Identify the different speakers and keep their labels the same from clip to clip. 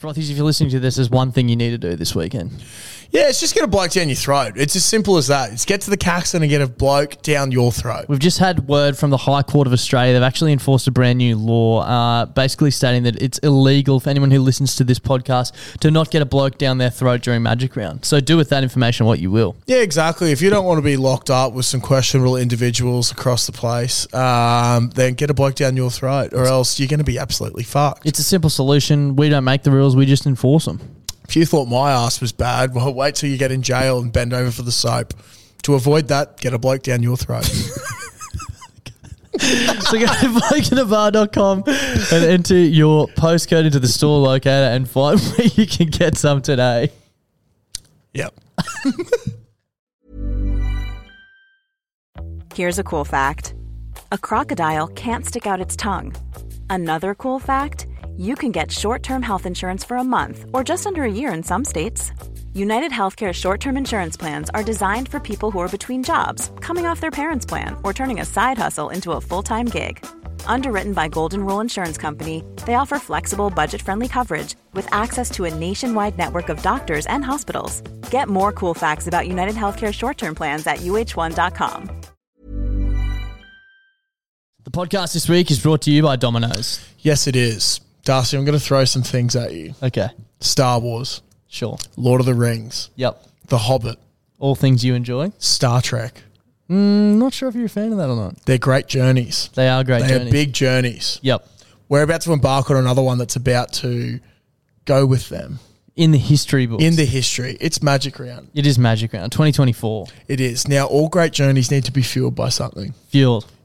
Speaker 1: Frothies, if you're listening to this, there's one thing you need to do this weekend.
Speaker 2: Yeah, it's just get a bloke down your throat. It's as simple as that. It's get to the Caxton and get a bloke down your throat.
Speaker 1: We've just had word from the High Court of Australia. They've actually enforced a brand new law, uh, basically stating that it's illegal for anyone who listens to this podcast to not get a bloke down their throat during Magic Round. So do with that information what you will.
Speaker 2: Yeah, exactly. If you don't want to be locked up with some questionable individuals across the place, um, then get a bloke down your throat, or else you're going to be absolutely fucked.
Speaker 1: It's a simple solution. We don't make the rules, we just enforce them.
Speaker 2: If you thought my ass was bad, well, wait till you get in jail and bend over for the soap. To avoid that, get a bloke down your throat.
Speaker 1: so go to blokeinabar.com and enter your postcode into the store locator and find where you can get some today.
Speaker 2: yep.
Speaker 3: Here's a cool fact a crocodile can't stick out its tongue. Another cool fact you can get short term health insurance for a month or just under a year in some states. United Healthcare short term insurance plans are designed for people who are between jobs, coming off their parents' plan, or turning a side hustle into a full time gig. Underwritten by Golden Rule Insurance Company, they offer flexible, budget friendly coverage with access to a nationwide network of doctors and hospitals. Get more cool facts about United Healthcare short term plans at uh1.com.
Speaker 1: The podcast this week is brought to you by Domino's.
Speaker 2: Yes, it is. Darcy, I'm going to throw some things at you
Speaker 1: Okay,
Speaker 2: Star Wars,
Speaker 1: sure.
Speaker 2: Lord of the Rings,
Speaker 1: Yep.
Speaker 2: The Hobbit,
Speaker 1: All things you enjoy.
Speaker 2: Star Trek.
Speaker 1: I'm Hmm, not sure if you're a fan of that or not.
Speaker 2: They're great journeys.
Speaker 1: They are great
Speaker 2: They
Speaker 1: journeys.
Speaker 2: are big journeys.
Speaker 1: Yep.
Speaker 2: We're about to embark on another one that's about to go with them
Speaker 1: In the history books.
Speaker 2: in the history. It's Magic Round.
Speaker 1: it is Magic Round 2024.
Speaker 2: It is. Now, all great journeys need to be fueled by something.
Speaker 1: Fueled.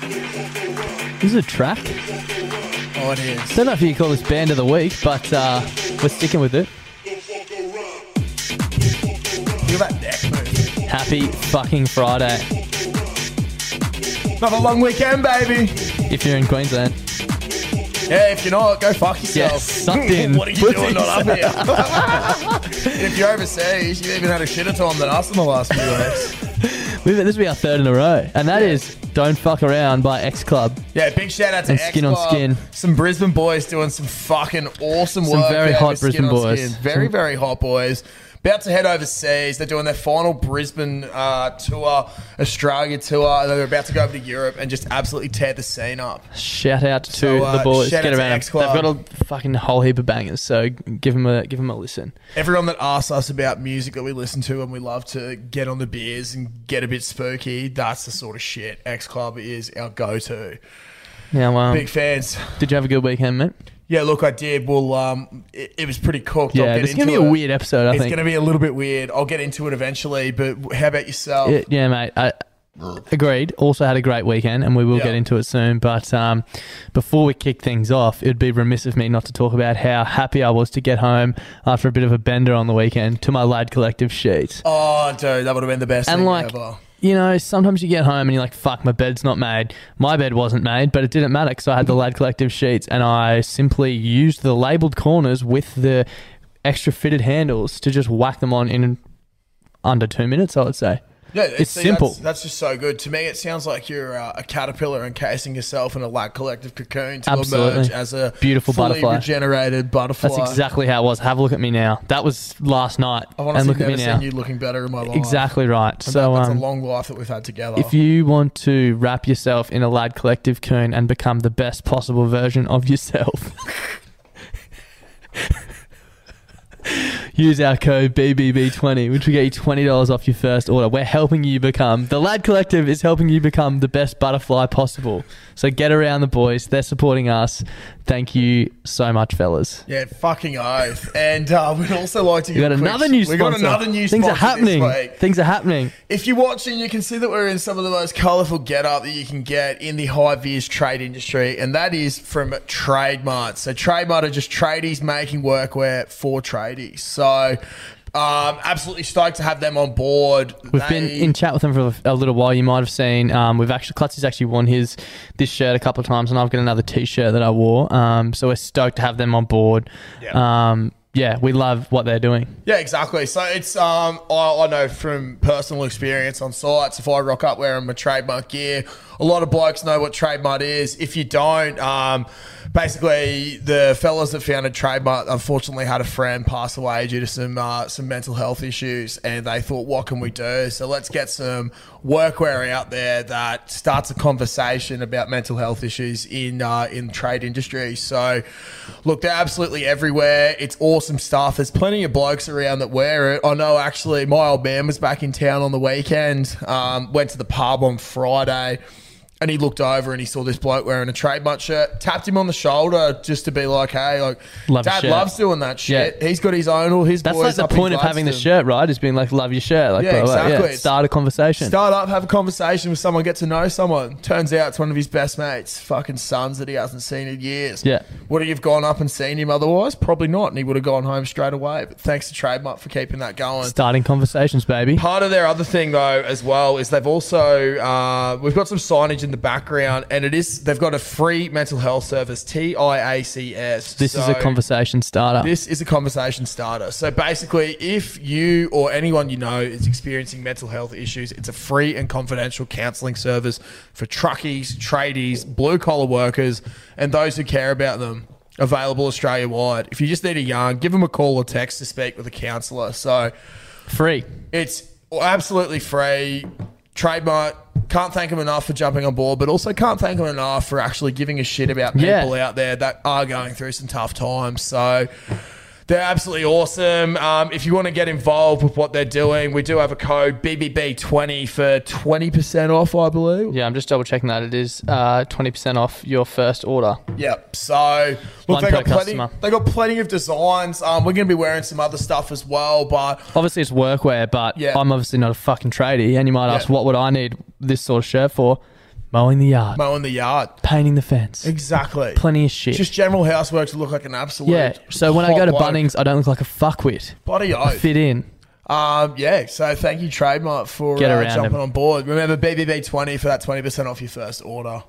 Speaker 1: This is a track. I
Speaker 2: Oh, it is.
Speaker 1: don't know if you call this band of the week, but uh, we're sticking with it.
Speaker 2: Look at that neck move.
Speaker 1: Happy fucking Friday
Speaker 2: Another long weekend, baby.
Speaker 1: if you're in Queensland.
Speaker 2: Yeah, if you're not, go fuck yourself.
Speaker 1: Yes, sucked in.
Speaker 2: what are you doing not up here? if you're overseas, you even had a shitter time than us in the last few weeks.
Speaker 1: We've, this will be our third in a row, and that is "Don't Fuck Around" by X Club.
Speaker 2: Yeah, big shout out to
Speaker 1: And Skin on
Speaker 2: X-Club.
Speaker 1: Skin.
Speaker 2: Some Brisbane boys doing some fucking awesome
Speaker 1: Some
Speaker 2: work.
Speaker 1: very
Speaker 2: there
Speaker 1: hot
Speaker 2: with Skin
Speaker 1: Brisbane
Speaker 2: on
Speaker 1: boys.
Speaker 2: Skin. Very, very hot boys. About to head overseas. They're doing their final Brisbane uh, tour, Australia tour, and they're about to go over to Europe and just absolutely tear the scene up.
Speaker 1: Shout out to
Speaker 2: So, uh,
Speaker 1: the boys.
Speaker 2: shout
Speaker 1: Get
Speaker 2: out to
Speaker 1: around them.
Speaker 2: X Club.
Speaker 1: They've got a fucking whole heap of bangers, so give them a give them a listen.
Speaker 2: Everyone that asks us about music that we listen to and we love to get on the beers and get a bit spooky, that's the sort of shit X Club is our go to.
Speaker 1: Now, um,
Speaker 2: Big fans.
Speaker 1: did you have a good weekend, mate?
Speaker 2: Yeah, look, I did. Well, um, it, it was pretty cooked. I'll
Speaker 1: Yeah,
Speaker 2: get
Speaker 1: this is gonna be
Speaker 2: into
Speaker 1: a
Speaker 2: it.
Speaker 1: weird episode. I
Speaker 2: It's
Speaker 1: think.
Speaker 2: going to be a little bit weird. I'll get into it eventually, but how about yourself?
Speaker 1: Yeah, yeah, mate. I agreed. Also had a great weekend, and we will
Speaker 2: Yeah.
Speaker 1: get into it soon. But um, before we kick things off, it'd be remiss of me not to talk about how happy I was to get home after a bit of a bender on the weekend to my lad collective sheet.
Speaker 2: Oh, dude, that would have been the best
Speaker 1: and
Speaker 2: thing
Speaker 1: like
Speaker 2: ever.
Speaker 1: you know sometimes you get home and you're like fuck my bed's not made my bed wasn't made but it didn't matter because i had the lad collective sheets and i simply used the labeled corners with the extra fitted handles to just whack them on in under two minutes i would say
Speaker 2: Yeah,
Speaker 1: it's
Speaker 2: see,
Speaker 1: simple.
Speaker 2: That's, that's just so good. To me, it sounds like you're uh, a caterpillar encasing yourself in a like collective cocoon to
Speaker 1: Absolutely.
Speaker 2: emerge as a
Speaker 1: Beautiful
Speaker 2: fully
Speaker 1: butterfly.
Speaker 2: regenerated butterfly.
Speaker 1: That's exactly how it was. Have a look at me now. That was last night.
Speaker 2: I've
Speaker 1: and
Speaker 2: honestly
Speaker 1: look at
Speaker 2: never
Speaker 1: me
Speaker 2: seen
Speaker 1: now.
Speaker 2: you looking better in my life.
Speaker 1: Exactly right.
Speaker 2: And
Speaker 1: so
Speaker 2: that- that's
Speaker 1: um,
Speaker 2: a long life that we've had together.
Speaker 1: if you want to wrap yourself in a lad collective coon and become the best possible version of yourself, use our code BBB20, which will get you twenty dollars off your first order. We're helping you become the lad collective is helping you become the best butterfly possible. So get around the boys; they're supporting us. Thank you so much, fellas.
Speaker 2: yeah, fucking oath. And uh, we'd also like to
Speaker 1: We
Speaker 2: give
Speaker 1: got
Speaker 2: a quick-
Speaker 1: another new
Speaker 2: We
Speaker 1: sponsor.
Speaker 2: got another new
Speaker 1: Things are
Speaker 2: sponsor this
Speaker 1: happening.
Speaker 2: week.
Speaker 1: Things are happening.
Speaker 2: If you're watching, you can see that we're in some of the most colourful getup that you can get in the high vis trade industry, and that is from Trademart. So Trademart are just tradies making workwear for tradies. So um, absolutely stoked to have them on board.
Speaker 1: We've been in chat with him for a little while. You might have seen. Um, we've actually Klutzy's actually worn his this shirt a couple of times, and I've got another T-shirt that I wore. Um, so we're stoked to have them on board.
Speaker 2: Yeah.
Speaker 1: Um, yeah, we love what they're doing.
Speaker 2: Yeah, exactly. So it's um, I, I know from personal experience on sites. If I rock up wearing my trademark gear, a lot of blokes know what trademark is. If you don't, um, basically the fellas that founded trademark unfortunately had a friend pass away due to some uh, some mental health issues, and they thought, what can we do? So let's get some workwear out there that starts a conversation about mental health issues in uh, in trade industry. So look, they're absolutely everywhere. It's awesome stuff. There's plenty of blokes around that wear it. I know actually my old man was back in town on the weekend, um, went to the pub on Friday. And he looked over and he saw this bloke wearing a trademark shirt, tapped him on the shoulder just to be like, hey, like,
Speaker 1: Love a
Speaker 2: dad
Speaker 1: shirt."
Speaker 2: loves doing that shit. He's got his own, all his
Speaker 1: That's
Speaker 2: boys
Speaker 1: like the
Speaker 2: up in
Speaker 1: point of having the
Speaker 2: Gladstone.
Speaker 1: shirt, right? Is being like, love your shirt, like,
Speaker 2: Yeah,
Speaker 1: blah, blah,
Speaker 2: exactly.
Speaker 1: yeah,
Speaker 2: It's-
Speaker 1: start a conversation.
Speaker 2: Start up, have a conversation with someone, get to know someone. Turns out it's one of his best mates, fucking sons that he hasn't seen in years.
Speaker 1: Yeah.
Speaker 2: Would he have gone up and seen him otherwise? Probably not, and he would have gone home straight away. But thanks to Trademark for keeping that going.
Speaker 1: Starting conversations, baby.
Speaker 2: Part of their other thing though, as well, is they've also uh, we've got some signage in the background, and it is they've got a free mental health service, T I A C S.
Speaker 1: This is a conversation starter.
Speaker 2: This is a conversation starter. So basically, if you or anyone you know is experiencing mental health issues, it's a free and confidential counselling service for truckies, tradies, blue collar workers, and those who care about them. Available Australia wide. If you just need a yarn, give them a call or text to speak with a counsellor. So
Speaker 1: Free.
Speaker 2: it's absolutely free. Trademark. Can't thank them enough for jumping on board, but also can't thank them enough for actually giving a shit about people
Speaker 1: Yeah.
Speaker 2: out there that are going through some tough times. So they're absolutely awesome. Um, if you want to get involved with what they're doing, we do have a code BBB20 for 20% off, I believe.
Speaker 1: Yeah, I'm just double checking that. It is uh, 20% off your first order.
Speaker 2: Yep. So look,
Speaker 1: One
Speaker 2: they
Speaker 1: per
Speaker 2: got plenty.
Speaker 1: customer.
Speaker 2: They got plenty of designs. Um, we're going to be wearing some other stuff as well, but
Speaker 1: Obviously, it's workwear, but
Speaker 2: Yeah.
Speaker 1: I'm obviously not a fucking tradie. And you might ask,
Speaker 2: Yeah.
Speaker 1: what would I need this sort of shirt for? Mowing the yard,
Speaker 2: mowing the yard.
Speaker 1: painting the fence,
Speaker 2: Exactly.
Speaker 1: plenty of shit.
Speaker 2: Just general housework to look like an absolute.
Speaker 1: yeah. So when I
Speaker 2: hot
Speaker 1: go to
Speaker 2: bloke.
Speaker 1: Bunnings, I don't look like a fuckwit.
Speaker 2: Bloody
Speaker 1: I
Speaker 2: oath.
Speaker 1: fit in.
Speaker 2: Um, yeah. So thank you, Trademark, for
Speaker 1: Get
Speaker 2: uh,
Speaker 1: around
Speaker 2: jumping
Speaker 1: him.
Speaker 2: on board. Remember BBB20 for that 20% off your first order.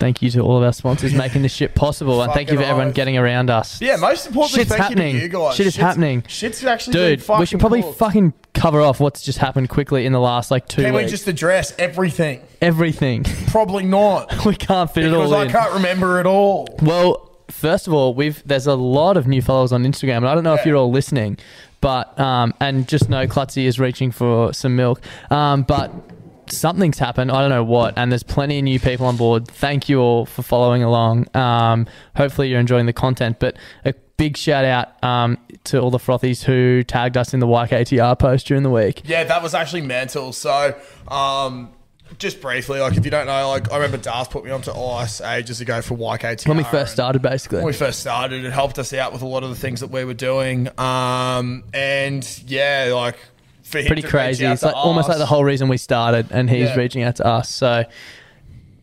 Speaker 1: Thank you to all of our sponsors making this shit possible, and thank you for
Speaker 2: Fucking
Speaker 1: everyone
Speaker 2: oath.
Speaker 1: getting around us.
Speaker 2: Yeah, most importantly,
Speaker 1: Shit's
Speaker 2: thank
Speaker 1: happening.
Speaker 2: you to you guys.
Speaker 1: Shit is happening.
Speaker 2: Shit's actually been
Speaker 1: Dude,
Speaker 2: fucking
Speaker 1: we should probably
Speaker 2: cool.
Speaker 1: fucking cover off what's just happened quickly in the last like two
Speaker 2: Can we
Speaker 1: weeks.
Speaker 2: just address everything?
Speaker 1: Everything.
Speaker 2: Probably not.
Speaker 1: we can't fit it all
Speaker 2: Because I
Speaker 1: in.
Speaker 2: can't remember it all.
Speaker 1: Well, first of all, we've there's a lot of new followers on Instagram, and I don't know if
Speaker 2: Yeah.
Speaker 1: you're all listening, but um, and just know Klutzy is reaching for some milk, um, but. Something's happened. I don't know what, and there's plenty of new people on board. Thank you all for following along. Um, hopefully, you're enjoying the content. But a big shout out um, to all the frothies who tagged us in the YKTR post during the week.
Speaker 2: Yeah, that was actually mental. So, um, just briefly, like if you don't know, like I remember Darth put me onto ice ages ago for YKT.
Speaker 1: When we first started, basically,
Speaker 2: when we first started, it helped us out with a lot of the things that we were doing. Um, and yeah, like for him
Speaker 1: pretty
Speaker 2: to reach
Speaker 1: crazy.
Speaker 2: out
Speaker 1: It's
Speaker 2: to
Speaker 1: like almost like
Speaker 2: us-
Speaker 1: the whole reason we started, and he's
Speaker 2: Yeah.
Speaker 1: reaching out to us. So,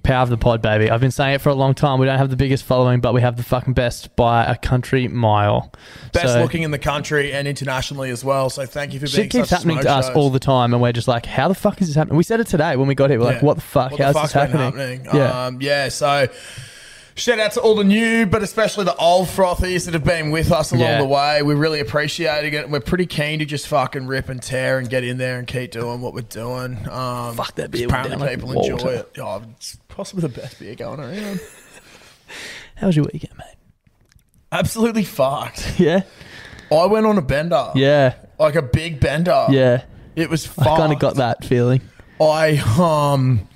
Speaker 1: power of the pod, baby. I've been saying it for a long time. We don't have the biggest following, but we have the fucking best by a country mile.
Speaker 2: best
Speaker 1: So,
Speaker 2: looking in the country and internationally as well. So thank you for being.
Speaker 1: Shit keeps
Speaker 2: such
Speaker 1: happening
Speaker 2: smoke
Speaker 1: to us
Speaker 2: shows.
Speaker 1: all the time, and we're just like, "How the fuck is this happening?" We said it today when we got here. We're like,
Speaker 2: Yeah.
Speaker 1: "What the fuck?
Speaker 2: What the
Speaker 1: How's
Speaker 2: fuck's
Speaker 1: this happening?"
Speaker 2: been happening?
Speaker 1: Yeah,
Speaker 2: Um, yeah. Um, So Shout out to all the new, but especially the old frothies that have been with us along
Speaker 1: Yeah.
Speaker 2: the way. We're really appreciating it. and We're pretty keen to just fucking rip and tear and get in there and keep doing what we're doing. Um,
Speaker 1: Fuck, that beer went
Speaker 2: Apparently,
Speaker 1: down like
Speaker 2: people
Speaker 1: water.
Speaker 2: enjoy it. Oh, it's possibly the best beer going around.
Speaker 1: How was your weekend, mate?
Speaker 2: Absolutely fucked.
Speaker 1: Yeah.
Speaker 2: I went on a bender.
Speaker 1: Yeah.
Speaker 2: Like a big bender.
Speaker 1: Yeah.
Speaker 2: uh, It was fucked.
Speaker 1: I kind of got that feeling.
Speaker 2: I um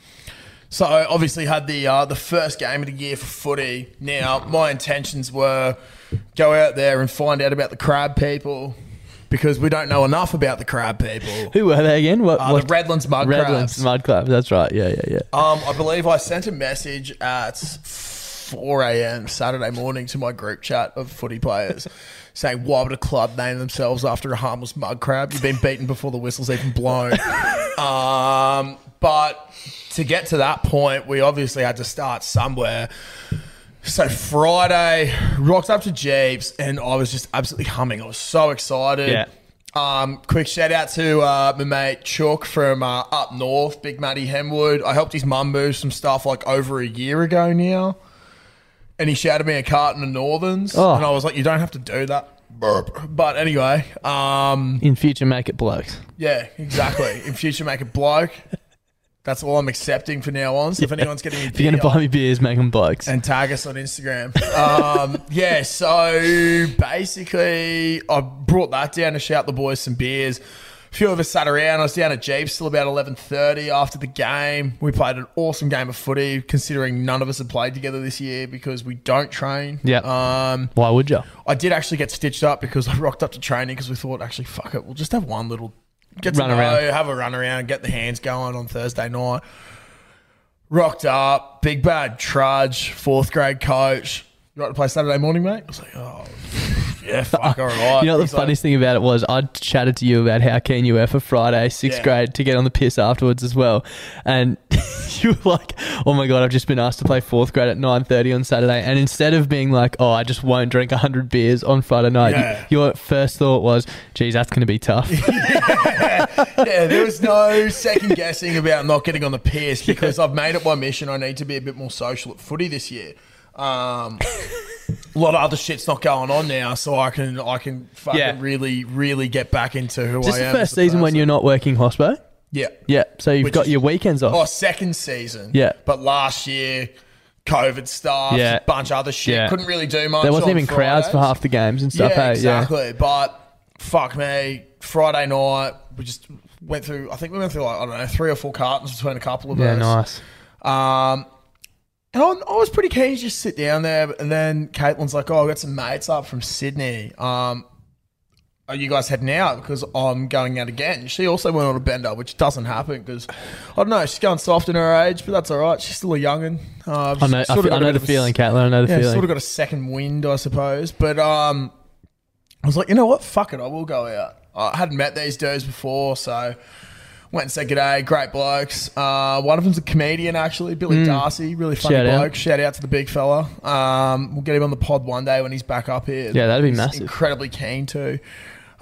Speaker 2: so I obviously had the uh, the first game of the year for footy. Now my intentions were go out there and find out about the crab people because we don't know enough about the crab people.
Speaker 1: Who were they again? What?
Speaker 2: Uh,
Speaker 1: what-
Speaker 2: the Redlands mud
Speaker 1: Redlands
Speaker 2: crabs.
Speaker 1: Mud Club. That's right. Yeah, yeah, yeah.
Speaker 2: Um, I believe I sent a message at 4 a.m. Saturday morning to my group chat of footy players saying, Why would a club name themselves after a harmless mud crab? You've been beaten before the whistle's even blown. um, but to get to that point, we obviously had to start somewhere. So Friday, rocked up to Jeeps, and I was just absolutely humming. I was so excited.
Speaker 1: Yeah.
Speaker 2: Um, quick shout out to uh, my mate Chuck from uh, up north, Big Matty Hemwood. I helped his mum move some stuff like over a year ago now, and he shouted me a carton of Northerns,
Speaker 1: Oh.
Speaker 2: and I was like, "You don't have to do that." Burp. But anyway, um,
Speaker 1: In future, make it blokes.
Speaker 2: yeah, exactly. In future, make a bloke. That's all I'm accepting for now on. So if anyone's getting me
Speaker 1: If you're going to
Speaker 2: beer,
Speaker 1: buy me beers, make them blokes.
Speaker 2: and tag us on Instagram. Um, yeah, so basically, I brought that down to shout the boys some beers. A few of us sat around. I was down at Jeeps till about eleven thirty after the game. We played an awesome game of footy, considering none of us had played together this year because we don't train.
Speaker 1: Yeah.
Speaker 2: Um,
Speaker 1: Why would you?
Speaker 2: I did actually get stitched up because I rocked up to training because we thought, actually, fuck it, we'll just have one little get to
Speaker 1: Run
Speaker 2: know,
Speaker 1: around.
Speaker 2: have a run around, get the hands going on Thursday night. Rocked up, big bad trudge, fourth grade coach. You right to play Saturday morning, mate? I was like, oh, yeah, fuck, all right.
Speaker 1: You know what the
Speaker 2: He's like,
Speaker 1: funniest thing about it was? I chatted to you about how keen you were for Friday, sixth
Speaker 2: Yeah.
Speaker 1: grade, to get on the piss afterwards as well. And you were like, oh my God, I've just been asked to play fourth grade at 9.30 on Saturday. And instead of being like, oh, I just won't drink 100 beers on Friday night, y-
Speaker 2: Yeah.
Speaker 1: your first thought was, geez, that's going to be tough.
Speaker 2: yeah, there was no second guessing about not getting on the piss because I've made it my mission. I need to be a bit more social at footy this year. Um, a lot of other shit's not going on now, so I can I can fucking
Speaker 1: Yeah.
Speaker 2: really really get back into who
Speaker 1: just
Speaker 2: I
Speaker 1: the
Speaker 2: am.
Speaker 1: first
Speaker 2: as a
Speaker 1: season when
Speaker 2: person.
Speaker 1: you're not working hospo.
Speaker 2: yeah
Speaker 1: Yeah, so you've
Speaker 2: Which
Speaker 1: got
Speaker 2: is-
Speaker 1: your weekends off.
Speaker 2: oh second season
Speaker 1: Yeah.
Speaker 2: but last year COVID stuff
Speaker 1: Yeah.
Speaker 2: bunch of other shit
Speaker 1: Yeah.
Speaker 2: couldn't really do much.
Speaker 1: there wasn't
Speaker 2: on
Speaker 1: even crowds for
Speaker 2: Fridays.
Speaker 1: half the games and stuff. eh?
Speaker 2: Yeah,
Speaker 1: hey?
Speaker 2: exactly. But fuck me, Friday night we just went through. I think we went through like I don't know three or four cartons between a couple of
Speaker 1: Yeah, yeah
Speaker 2: us.
Speaker 1: nice.
Speaker 2: Um, and I, I was pretty keen to just sit down there. And then Caitlin's like, "Oh, I got some mates up from Sydney. Um, are you guys heading out? Because I'm going out again." She also went on a bender, which doesn't happen because I don't know. She's going soft in her age, but that's all right. She's still a youngin. Uh,
Speaker 1: I know, I,
Speaker 2: sorta
Speaker 1: feel,
Speaker 2: got
Speaker 1: I
Speaker 2: a
Speaker 1: know
Speaker 2: bit
Speaker 1: the
Speaker 2: of a-
Speaker 1: feeling, Caitlin. I know the
Speaker 2: yeah,
Speaker 1: feeling.
Speaker 2: sort of got a second wind, I suppose. But um, I was like, you know what? Fuck it, I will go out. I hadn't met these dudes before, so went and said good day. Great blokes. Uh, one of them's a comedian, actually, Billy Darcy, really funny
Speaker 1: Hmm. Shout out.
Speaker 2: bloke. Shout out to the big fella. Um, we'll get him on the pod one day when he's back up here.
Speaker 1: Yeah, that'd be
Speaker 2: He's
Speaker 1: massive.
Speaker 2: Incredibly keen to.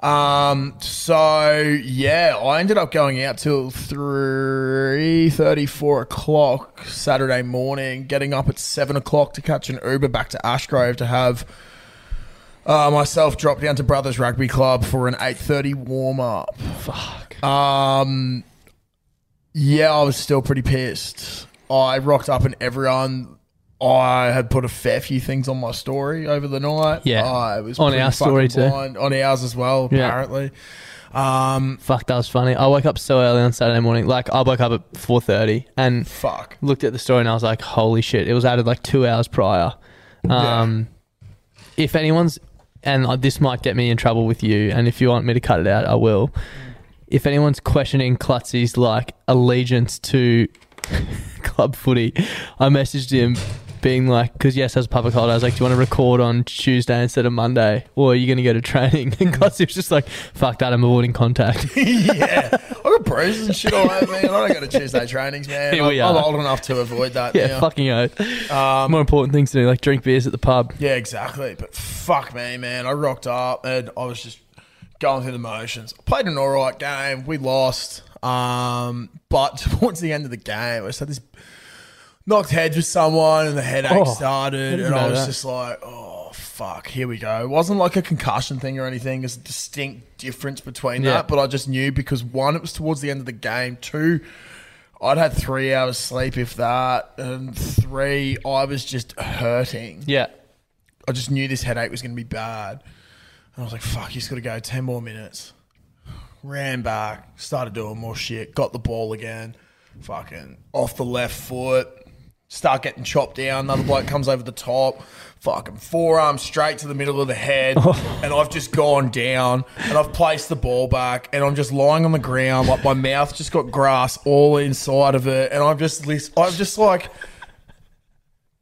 Speaker 2: Um, so yeah, I ended up going out till three thirty, four o'clock Saturday morning, getting up at seven o'clock to catch an Uber back to Ashgrove to have uh, myself drop down to Brothers Rugby Club for an eight thirty warm up.
Speaker 1: Fuck.
Speaker 2: Um, yeah, I was still pretty pissed. I rocked up and everyone. I had put a fair few things on my story over the night.
Speaker 1: Yeah.
Speaker 2: I was
Speaker 1: On
Speaker 2: pretty
Speaker 1: our story
Speaker 2: fucking
Speaker 1: too.
Speaker 2: blind. on ours as well.
Speaker 1: Yeah.
Speaker 2: Apparently, um,
Speaker 1: Fuck, that was funny. I woke up so early on Saturday morning. Like, I woke up at 4.30 and
Speaker 2: fuck.
Speaker 1: looked at the story and I was like, holy shit. It was added like two hours prior. Um, If anyone's, and uh, this might get me in trouble with you, and if you want me to cut it out, I will. If anyone's questioning Klutzy's like allegiance to club footy, I messaged him being like, because yes, as a public holiday, I was like, do you want to record on Tuesday instead of Monday? Or are you going to go to training? And Klutzy was just like, fuck that, I'm avoiding contact.
Speaker 2: yeah, I got bruises and shit all over me, and I don't go to Tuesday trainings, man.
Speaker 1: Here we
Speaker 2: I'm, I'm
Speaker 1: are.
Speaker 2: old enough to avoid that.
Speaker 1: yeah, Um,
Speaker 2: now.
Speaker 1: fucking oath. More important things to do, like drink beers at the pub.
Speaker 2: Yeah, exactly. But fuck me, man. I rocked up and I was just going through the motions. I played an all right game. We lost. Um, but towards the end of the game, I just had this knocked heads with someone and the headache
Speaker 1: Oh,
Speaker 2: started,
Speaker 1: didn't
Speaker 2: and I
Speaker 1: know
Speaker 2: was
Speaker 1: that.
Speaker 2: just like, oh fuck, here we go. It wasn't like a concussion thing or anything. There's a distinct difference between
Speaker 1: Yeah.
Speaker 2: that, but I just knew because one, it was towards the end of the game. Two, I'd had three hours sleep, if that, and three, I was just hurting.
Speaker 1: Yeah.
Speaker 2: I just knew this headache was going to be bad. And I was like, fuck, he's got to go 10 more minutes. Ran back, started doing more shit, got the ball again, fucking off the left foot, start getting chopped down. Another bloke comes over the top, fucking forearm straight to the middle of the head.
Speaker 1: Oh.
Speaker 2: And I've just gone down and I've placed the ball back and I'm just lying on the ground. Like my mouth just got grass all inside of it. And I'm just, lis- I'm just like,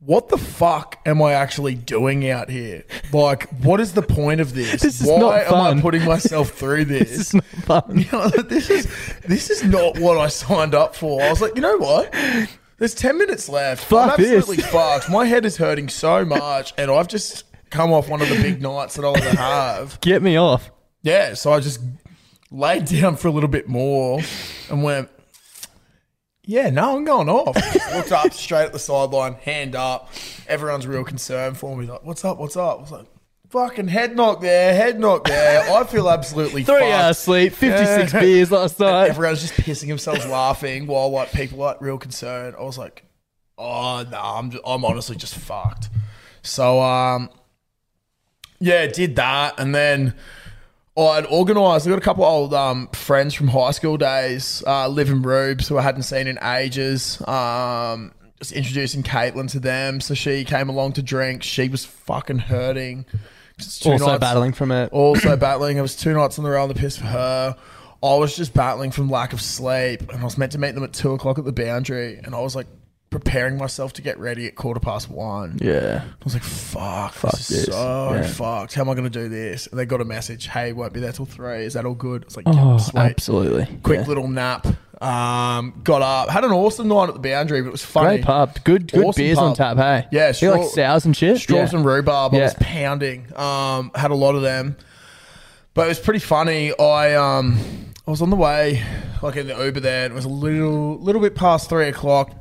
Speaker 2: what the fuck am I actually doing out here? Like, what is the point of this?
Speaker 1: This is
Speaker 2: Why
Speaker 1: not
Speaker 2: am
Speaker 1: fun.
Speaker 2: I putting myself through this?
Speaker 1: This is not fun.
Speaker 2: You know, this is this is not what I signed up for. I was like, you know what? There's ten minutes left.
Speaker 1: Fuck
Speaker 2: I'm
Speaker 1: this.
Speaker 2: absolutely fucked. My head is hurting so much, and I've just come off one of the big nights that I'll ever have.
Speaker 1: Get me off.
Speaker 2: Yeah, so I just laid down for a little bit more and went, yeah, no, I'm going off. Looked up straight at the sideline, hand up. Everyone's real concerned for me. Like, what's up? What's up? I was like, fucking head knock there, head knock there. I feel absolutely
Speaker 1: Three
Speaker 2: fucked.
Speaker 1: hours sleep, 56
Speaker 2: Yeah.
Speaker 1: beers last night.
Speaker 2: Everyone's just pissing themselves laughing while like people like real concerned. I was like, oh no, I'm just, I'm honestly just fucked. So um, yeah, did that, and then I'd organised. I got a couple old um friends from high school days, uh, live in Rubes, who I hadn't seen in ages. Um. Just introducing Caitlin to them, so she came along to drink. She was fucking hurting. Just two
Speaker 1: also
Speaker 2: nights-
Speaker 1: battling from it.
Speaker 2: also battling. I was two nights in a row on the piss for her. I was just battling from lack of sleep, and I was meant to meet them at two o'clock at the boundary, and I was like preparing myself to get ready at quarter past one.
Speaker 1: Yeah.
Speaker 2: I was like, "Fuck,
Speaker 1: Fuck
Speaker 2: this is
Speaker 1: this.
Speaker 2: so
Speaker 1: Yeah.
Speaker 2: fucked. How am I going to do this?" And they got a message, "Hey, won't be there till three. Is that all good?" I was like,
Speaker 1: Oh,
Speaker 2: yeah, sweet."
Speaker 1: absolutely.
Speaker 2: Quick
Speaker 1: Yeah.
Speaker 2: little nap. Um, got up, had an awesome night at the boundary, but it was funny.
Speaker 1: Great pub. Good good
Speaker 2: Awesome
Speaker 1: beers on tap,
Speaker 2: pub.
Speaker 1: hey?
Speaker 2: Yeah,
Speaker 1: You like
Speaker 2: straw-
Speaker 1: sours and shit?
Speaker 2: Straws
Speaker 1: Yeah.
Speaker 2: and rhubarb. I
Speaker 1: Yeah.
Speaker 2: was pounding. Um, had a lot of them, but it was pretty funny. I um, I was on the way, like in the Uber there. And it was a little little bit past three o'clock.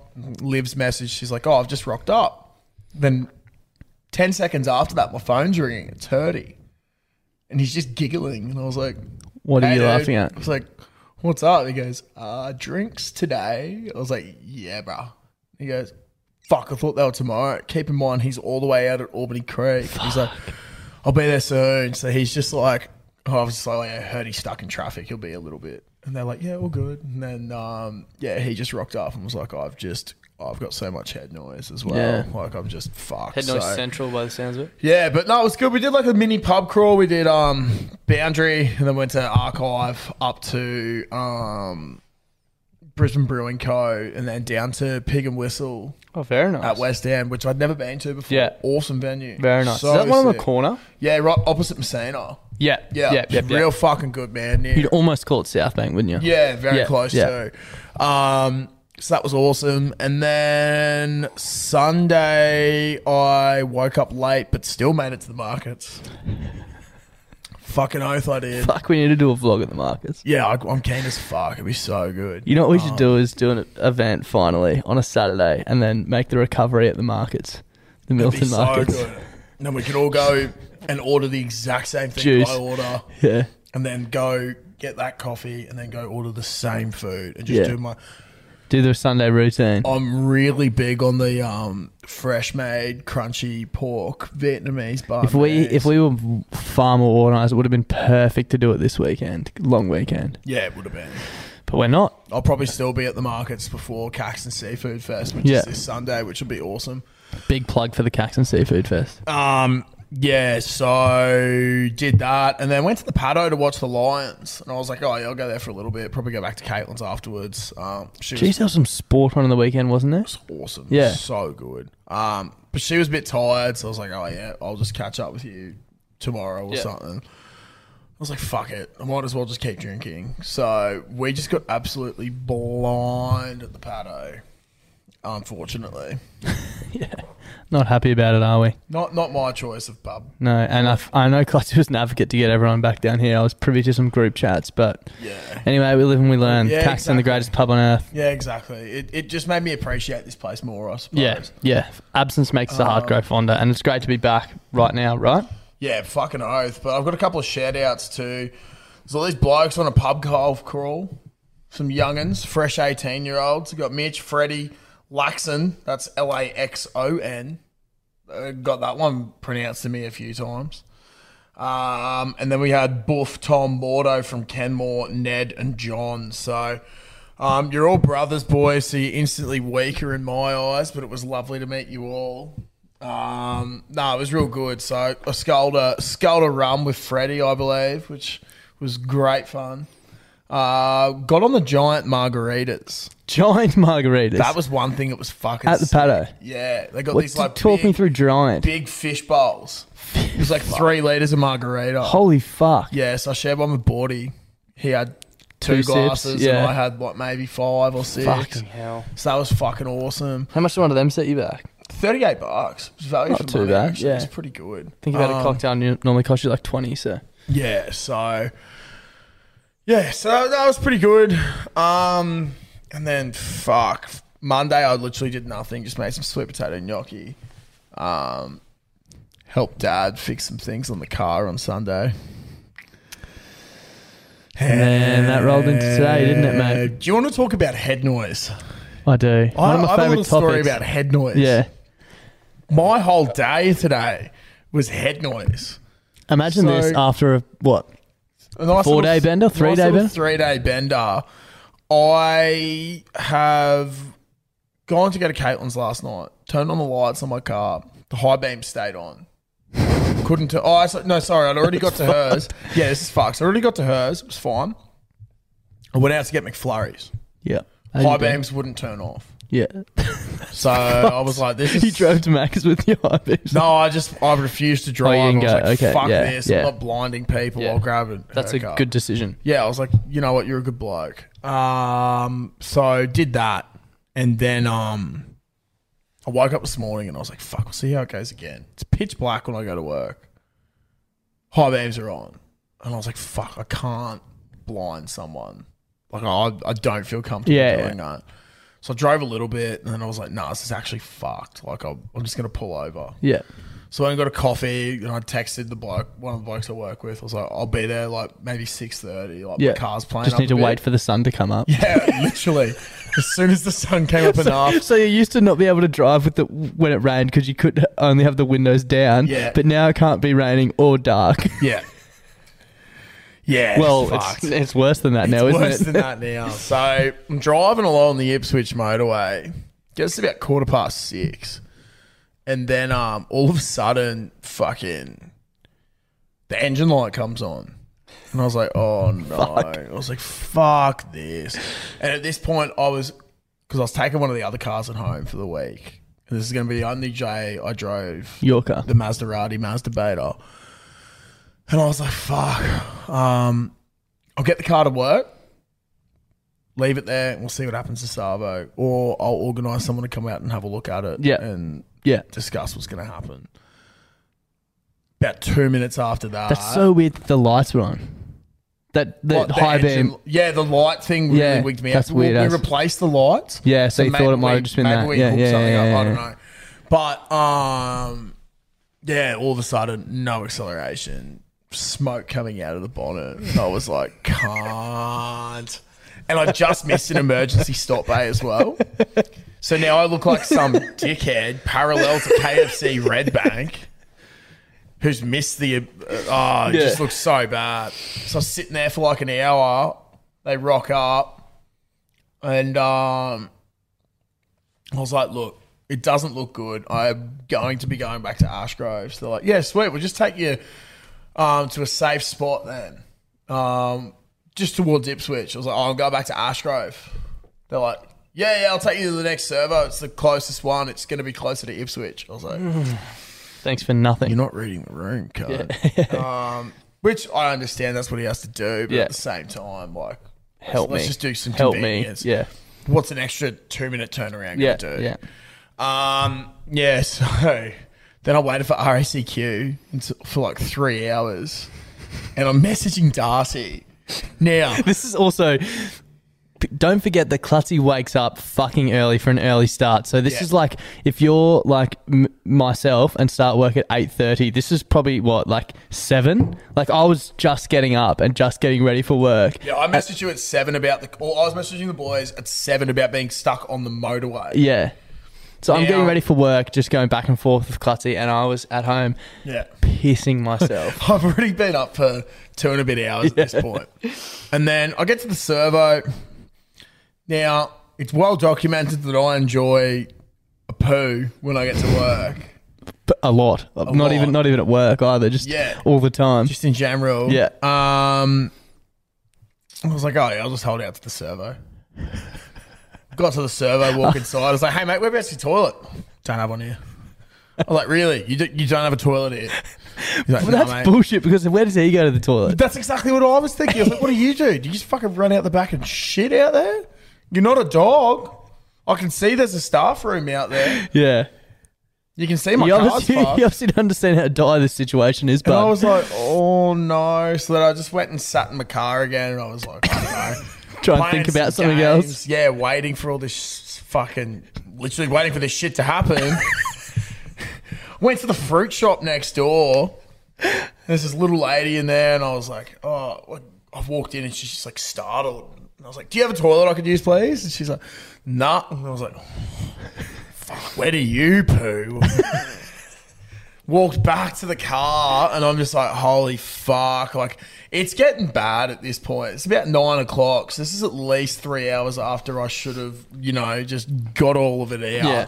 Speaker 2: Liv's message. She's like, "Oh, I've just rocked up." Then ten seconds after that, my phone's ringing. It's Hurdy, and he's just giggling, and I was like,
Speaker 1: What are you laughing
Speaker 2: I
Speaker 1: at?
Speaker 2: was like, "What's up?" He goes, "Uh, drinks today." I was like, "Yeah, bro." He goes, "Fuck, I thought they were tomorrow." Keep in mind, he's all the way out at Albany Creek. He's like, "I'll be there soon." So he's just like, oh, "I was just like, oh, yeah, I heard he's stuck in traffic. He'll be a little bit." And they're like, "Yeah, all good." And then, um, yeah, he just rocked up and was like, "I've just, I've got so much head noise as well.
Speaker 1: Yeah.
Speaker 2: Like, I'm just fucked."
Speaker 1: Head noise
Speaker 2: So-
Speaker 1: central by the sounds of it.
Speaker 2: yeah, but no, it was good. We did like a mini pub crawl. We did um boundary and then went to archive up to um Brisbane Brewing Co. and then down to Pig and Whistle
Speaker 1: Oh, very nice.
Speaker 2: at West End, which I'd never been to before.
Speaker 1: Yeah.
Speaker 2: Awesome venue.
Speaker 1: Very nice.
Speaker 2: So
Speaker 1: Is that one on the
Speaker 2: sick.
Speaker 1: corner?
Speaker 2: Yeah, right opposite Messina.
Speaker 1: Yeah.
Speaker 2: Yeah.
Speaker 1: Yeah. yeah, yeah.
Speaker 2: Real fucking good, man. Yeah.
Speaker 1: You'd almost call it South Bank, wouldn't you?
Speaker 2: Yeah, very
Speaker 1: Yeah,
Speaker 2: close
Speaker 1: yeah.
Speaker 2: too. Um, so that was awesome. And then Sunday, I woke up late, but still made it to the markets. Fucking oath, I did.
Speaker 1: Fuck, we need to do a vlog at the markets.
Speaker 2: Yeah, I, I'm keen as fuck. It'd be so good.
Speaker 1: You know what we should do is do an event finally on a Saturday and then make the recovery at the markets, the
Speaker 2: It'd be
Speaker 1: Milton
Speaker 2: so
Speaker 1: markets.
Speaker 2: good. And then we could all go and order the exact same thing
Speaker 1: Juice.
Speaker 2: I order,
Speaker 1: Yeah.
Speaker 2: and then go get that coffee, and then go order the same food, and just
Speaker 1: Yeah.
Speaker 2: do my.
Speaker 1: Do the Sunday routine.
Speaker 2: I'm really big on the um, fresh made, crunchy pork Vietnamese bar.
Speaker 1: if we if we were far more organised, it would have been perfect to do it this weekend, long weekend.
Speaker 2: yeah, it would have been.
Speaker 1: But we're not.
Speaker 2: I'll probably still be at the markets before Caxton Seafood Fest, which
Speaker 1: Yeah.
Speaker 2: is this Sunday, which will be awesome.
Speaker 1: Big plug for the Caxton Seafood Fest.
Speaker 2: Um, yeah, so did that, and then went to the paddo to watch the Lions, and I was like, oh, yeah, I'll go there for a little bit. Probably go back to Caitlin's afterwards. Um, she was
Speaker 1: Jeez, there was some sport on on the weekend, wasn't there?
Speaker 2: awesome.
Speaker 1: Yeah.
Speaker 2: So good. Um, but she was a bit tired, so I was like, oh, yeah, I'll just catch up with you tomorrow or
Speaker 1: Yeah.
Speaker 2: something. I was like, fuck it. I might as well just keep drinking. So we just got absolutely blind at the paddo, unfortunately.
Speaker 1: Not happy about it, are we?
Speaker 2: Not not my choice of pub.
Speaker 1: No, and I, f- I know Clutchy was an advocate to get everyone back down here. I was privy to some group chats, but
Speaker 2: Yeah.
Speaker 1: anyway, we live and we learn.
Speaker 2: Yeah,
Speaker 1: Caxton, the
Speaker 2: exactly.
Speaker 1: greatest pub on earth.
Speaker 2: Yeah, exactly. It, it just made me appreciate this place more, I suppose.
Speaker 1: Yeah, yeah. Absence makes the
Speaker 2: Oh.
Speaker 1: heart grow fonder, and it's great to be back right now, right?
Speaker 2: Yeah, fucking oath. But I've got a couple of shout outs too. There's all these blokes on a pub golf crawl. Some young'uns, fresh 18 year olds. We've got Mitch, Freddie, Laxon. That's L A X O N. Uh, Got that one pronounced to me a few times. Um, and then we had Buff, Tom, Mordo from Kenmore, Ned, and John. So um, you're all brothers, boys, so you're instantly weaker in my eyes, but it was lovely to meet you all. Um, no, it was real good. So I sculled a, sculled a rum with Freddie, I believe, which was great fun. Uh, got on the giant margaritas.
Speaker 1: Giant margaritas.
Speaker 2: That was one thing that was fucking
Speaker 1: at the
Speaker 2: sick.
Speaker 1: paddo.
Speaker 2: Yeah, they got
Speaker 1: What,
Speaker 2: these like
Speaker 1: talk
Speaker 2: big,
Speaker 1: me through giant.
Speaker 2: big fish bowls. It was like three liters of margarita.
Speaker 1: Holy fuck.
Speaker 2: Yes, I shared one with Bordy. He had
Speaker 1: Two
Speaker 2: two,
Speaker 1: sips,
Speaker 2: glasses,
Speaker 1: yeah.
Speaker 2: and I had what maybe five or six.
Speaker 1: Fucking hell.
Speaker 2: So that was fucking awesome.
Speaker 1: How much did one of them set you back?
Speaker 2: Thirty-eight bucks. It was value
Speaker 1: Not
Speaker 2: for
Speaker 1: too
Speaker 2: money.
Speaker 1: bad,
Speaker 2: Actually.
Speaker 1: yeah.
Speaker 2: It was pretty good.
Speaker 1: Think about a
Speaker 2: Um,
Speaker 1: cocktail nu- normally costs you like 20, so.
Speaker 2: Yeah. So. Yeah, so that, that was pretty good. Um, and then fuck Monday, I literally did nothing. Just made some sweet potato gnocchi. Um, helped Dad fix some things on the car on Sunday.
Speaker 1: And that rolled into today, didn't it, mate?
Speaker 2: Uh, do you want to talk about head noise?
Speaker 1: I do.
Speaker 2: I,
Speaker 1: One of
Speaker 2: I
Speaker 1: my
Speaker 2: have a
Speaker 1: favorite
Speaker 2: little story
Speaker 1: topics.
Speaker 2: about head noise.
Speaker 1: yeah.
Speaker 2: My whole day today was head noise.
Speaker 1: Imagine this
Speaker 2: So-
Speaker 1: after a, what?
Speaker 2: A nice
Speaker 1: Four day
Speaker 2: f-
Speaker 1: bender? Three
Speaker 2: nice
Speaker 1: day
Speaker 2: little
Speaker 1: bender?
Speaker 2: Three day bender. I have gone to go to Caitlin's last night. Turned on the lights on my car. The high beam stayed on. Couldn't. T- oh, I, so- no, sorry. I'd already got to hers. Yeah, this is fucked. I already got to hers. It was fine. I went out to get McFlurries.
Speaker 1: Yeah.
Speaker 2: High beams wouldn't turn off.
Speaker 1: Yeah.
Speaker 2: So I was like, this is.
Speaker 1: you drove to Macca's with your high beams. Oh,
Speaker 2: No, I just I refused to drive.
Speaker 1: you didn't
Speaker 2: I was
Speaker 1: go.
Speaker 2: like,
Speaker 1: Okay,
Speaker 2: fuck
Speaker 1: yeah,
Speaker 2: this.
Speaker 1: yeah.
Speaker 2: I'm not blinding people.
Speaker 1: Yeah.
Speaker 2: I'll grab it.
Speaker 1: That's a good decision.
Speaker 2: Yeah, I was like, you know what, you're a good bloke. Um, so did that, and then um, I woke up this morning and I was like, fuck, we'll see how it goes again. It's pitch black when I go to work. High beams are on, and I was like, fuck, I can't blind someone. Like I, I don't feel comfortable
Speaker 1: Yeah,
Speaker 2: doing that. So I drove a little bit, and then I was like, nah, this is actually fucked. Like I'm, I'm just gonna pull over.
Speaker 1: Yeah.
Speaker 2: So I went and got a coffee, and I texted the bloke, one of the blokes I work with. I was like, "I'll be there like maybe six thirty. Like
Speaker 1: Yeah.
Speaker 2: my car's playing.
Speaker 1: Just
Speaker 2: up
Speaker 1: need to
Speaker 2: a bit."
Speaker 1: wait for the sun to come up.
Speaker 2: Yeah, literally. as soon as the sun came up enough,
Speaker 1: So you used to not be able to drive with the when it rained because you could only have the windows down.
Speaker 2: Yeah.
Speaker 1: But now it can't be raining or dark.
Speaker 2: yeah, yeah.
Speaker 1: well,
Speaker 2: fucked.
Speaker 1: it's, it's worse than that now,
Speaker 2: It's
Speaker 1: isn't
Speaker 2: worse
Speaker 1: it?
Speaker 2: than that now. So I'm driving along the Ipswich motorway. Gets to about quarter past six, and then um, all of a sudden, fucking, the engine light comes on, and I was like, oh no! I was like, fuck this. And at this point, I was because I was taking one of the other cars at home for the week. And this is going to be the only J I drove
Speaker 1: Yorker.
Speaker 2: the Maserati Mazda Beta. And I was like, fuck. Um, I'll get the car to work, leave it there, and we'll see what happens to Savo. Or I'll organise someone to come out and have a look at it
Speaker 1: Yeah.
Speaker 2: and
Speaker 1: Yeah.
Speaker 2: discuss what's going to happen. About two minutes after that,
Speaker 1: That's so weird that the lights were on. That the
Speaker 2: like, the
Speaker 1: high
Speaker 2: engine-
Speaker 1: beam.
Speaker 2: Yeah, the light thing really
Speaker 1: Yeah,
Speaker 2: wigged me
Speaker 1: that's
Speaker 2: out. We-
Speaker 1: weird
Speaker 2: We,
Speaker 1: as-
Speaker 2: replaced the lights.
Speaker 1: Yeah, so you thought
Speaker 2: maybe
Speaker 1: it might have
Speaker 2: we-
Speaker 1: just been
Speaker 2: maybe
Speaker 1: that.
Speaker 2: we
Speaker 1: Yeah,
Speaker 2: hooked
Speaker 1: yeah,
Speaker 2: something
Speaker 1: yeah,
Speaker 2: up,
Speaker 1: yeah,
Speaker 2: I don't
Speaker 1: yeah.
Speaker 2: know. But um, yeah, all of a sudden, no acceleration, smoke coming out of the bonnet. And I was like, can't. And I just missed an emergency stop bay as well. So now I look like some dickhead parallel to KFC Red Bank who's missed the. Uh, oh, it just
Speaker 1: Yeah.
Speaker 2: looks so bad. So I was sitting there for like an hour. They rock up, and um, I was like, "Look, it doesn't look good. I'm going to be going back to Ashgrove." So they're like, "Yeah, sweet. We'll just take you um, to a safe spot then, um, just towards Ipswich." I was like, oh, "I'll go back to Ashgrove." They're like. Yeah, yeah, I'll take you to the next servo. It's the closest one. It's going to be closer to Ipswich. I was like,
Speaker 1: Thanks for nothing.
Speaker 2: you're not reading the room, code. um, which I understand that's what he has to do, but
Speaker 1: Yeah.
Speaker 2: at the same time, like,
Speaker 1: Help
Speaker 2: let's
Speaker 1: me.
Speaker 2: just do some
Speaker 1: Help me.
Speaker 2: convenience.
Speaker 1: Yeah.
Speaker 2: What's an extra two minute turnaround
Speaker 1: Yeah.
Speaker 2: going to do?
Speaker 1: Yeah.
Speaker 2: Um, yeah, so then I waited for RACQ until- for like three hours, and I'm messaging Darcy. Now,
Speaker 1: This is also. p- Don't forget that Clutzy wakes up fucking early for an early start. So this
Speaker 2: Yeah.
Speaker 1: is like if you're like m- myself and start work at eight thirty. This is probably what like seven. Like I was just getting up and just getting ready for work.
Speaker 2: yeah, I messaged you at seven about the. Or I was messaging the boys at seven about being stuck on the motorway.
Speaker 1: Yeah. So I'm
Speaker 2: Yeah.
Speaker 1: getting ready for work, just going back and forth with Clutzy, and I was at home
Speaker 2: Yeah.
Speaker 1: pissing myself.
Speaker 2: I've already been up for two and a bit hours at this point. And then I get to the servo. Now, it's well documented that I enjoy a poo when I get to work,
Speaker 1: But a lot. not
Speaker 2: lot.
Speaker 1: even not even at work either, just
Speaker 2: Yeah.
Speaker 1: all the time.
Speaker 2: just in general.
Speaker 1: Yeah.
Speaker 2: Um, I was like, oh, yeah, I'll just hold out to the servo. Got to the servo, walk inside. I was like, hey, mate, whereabouts your toilet? Don't have one here. I'm like, really? You, do, you don't have a toilet here? He's like,
Speaker 1: but
Speaker 2: "No,
Speaker 1: that's
Speaker 2: mate."
Speaker 1: bullshit because where does he go to the toilet?
Speaker 2: That's exactly what I was thinking. I was like, what do you do? Do you just fucking run out the back and shit out there? You're not a dog. I can see there's a staff room out there.
Speaker 1: Yeah.
Speaker 2: You can see my
Speaker 1: You
Speaker 2: car's
Speaker 1: obviously, you
Speaker 2: parked.
Speaker 1: obviously don't understand how dire this situation is,
Speaker 2: And
Speaker 1: but
Speaker 2: I was like, oh no. So then I just went and sat in my car again and I was like, I don't know.
Speaker 1: try and
Speaker 2: Playing
Speaker 1: think about
Speaker 2: some
Speaker 1: something
Speaker 2: games.
Speaker 1: else.
Speaker 2: Yeah, waiting for all this sh- fucking, literally waiting for this shit to happen. Went to the fruit shop next door. There's this little lady in there, and I was like, oh, like, I've walked in, and she's just like startled. And I was like, do you have a toilet I could use, please? And she's like, nah. And I was like, fuck, where do you poo? Walked back to the car, and I'm just like, holy fuck. Like, it's getting bad at this point. It's about nine o'clock. So, this is at least three hours after I should have, you know, just got all of it out.
Speaker 1: Yeah.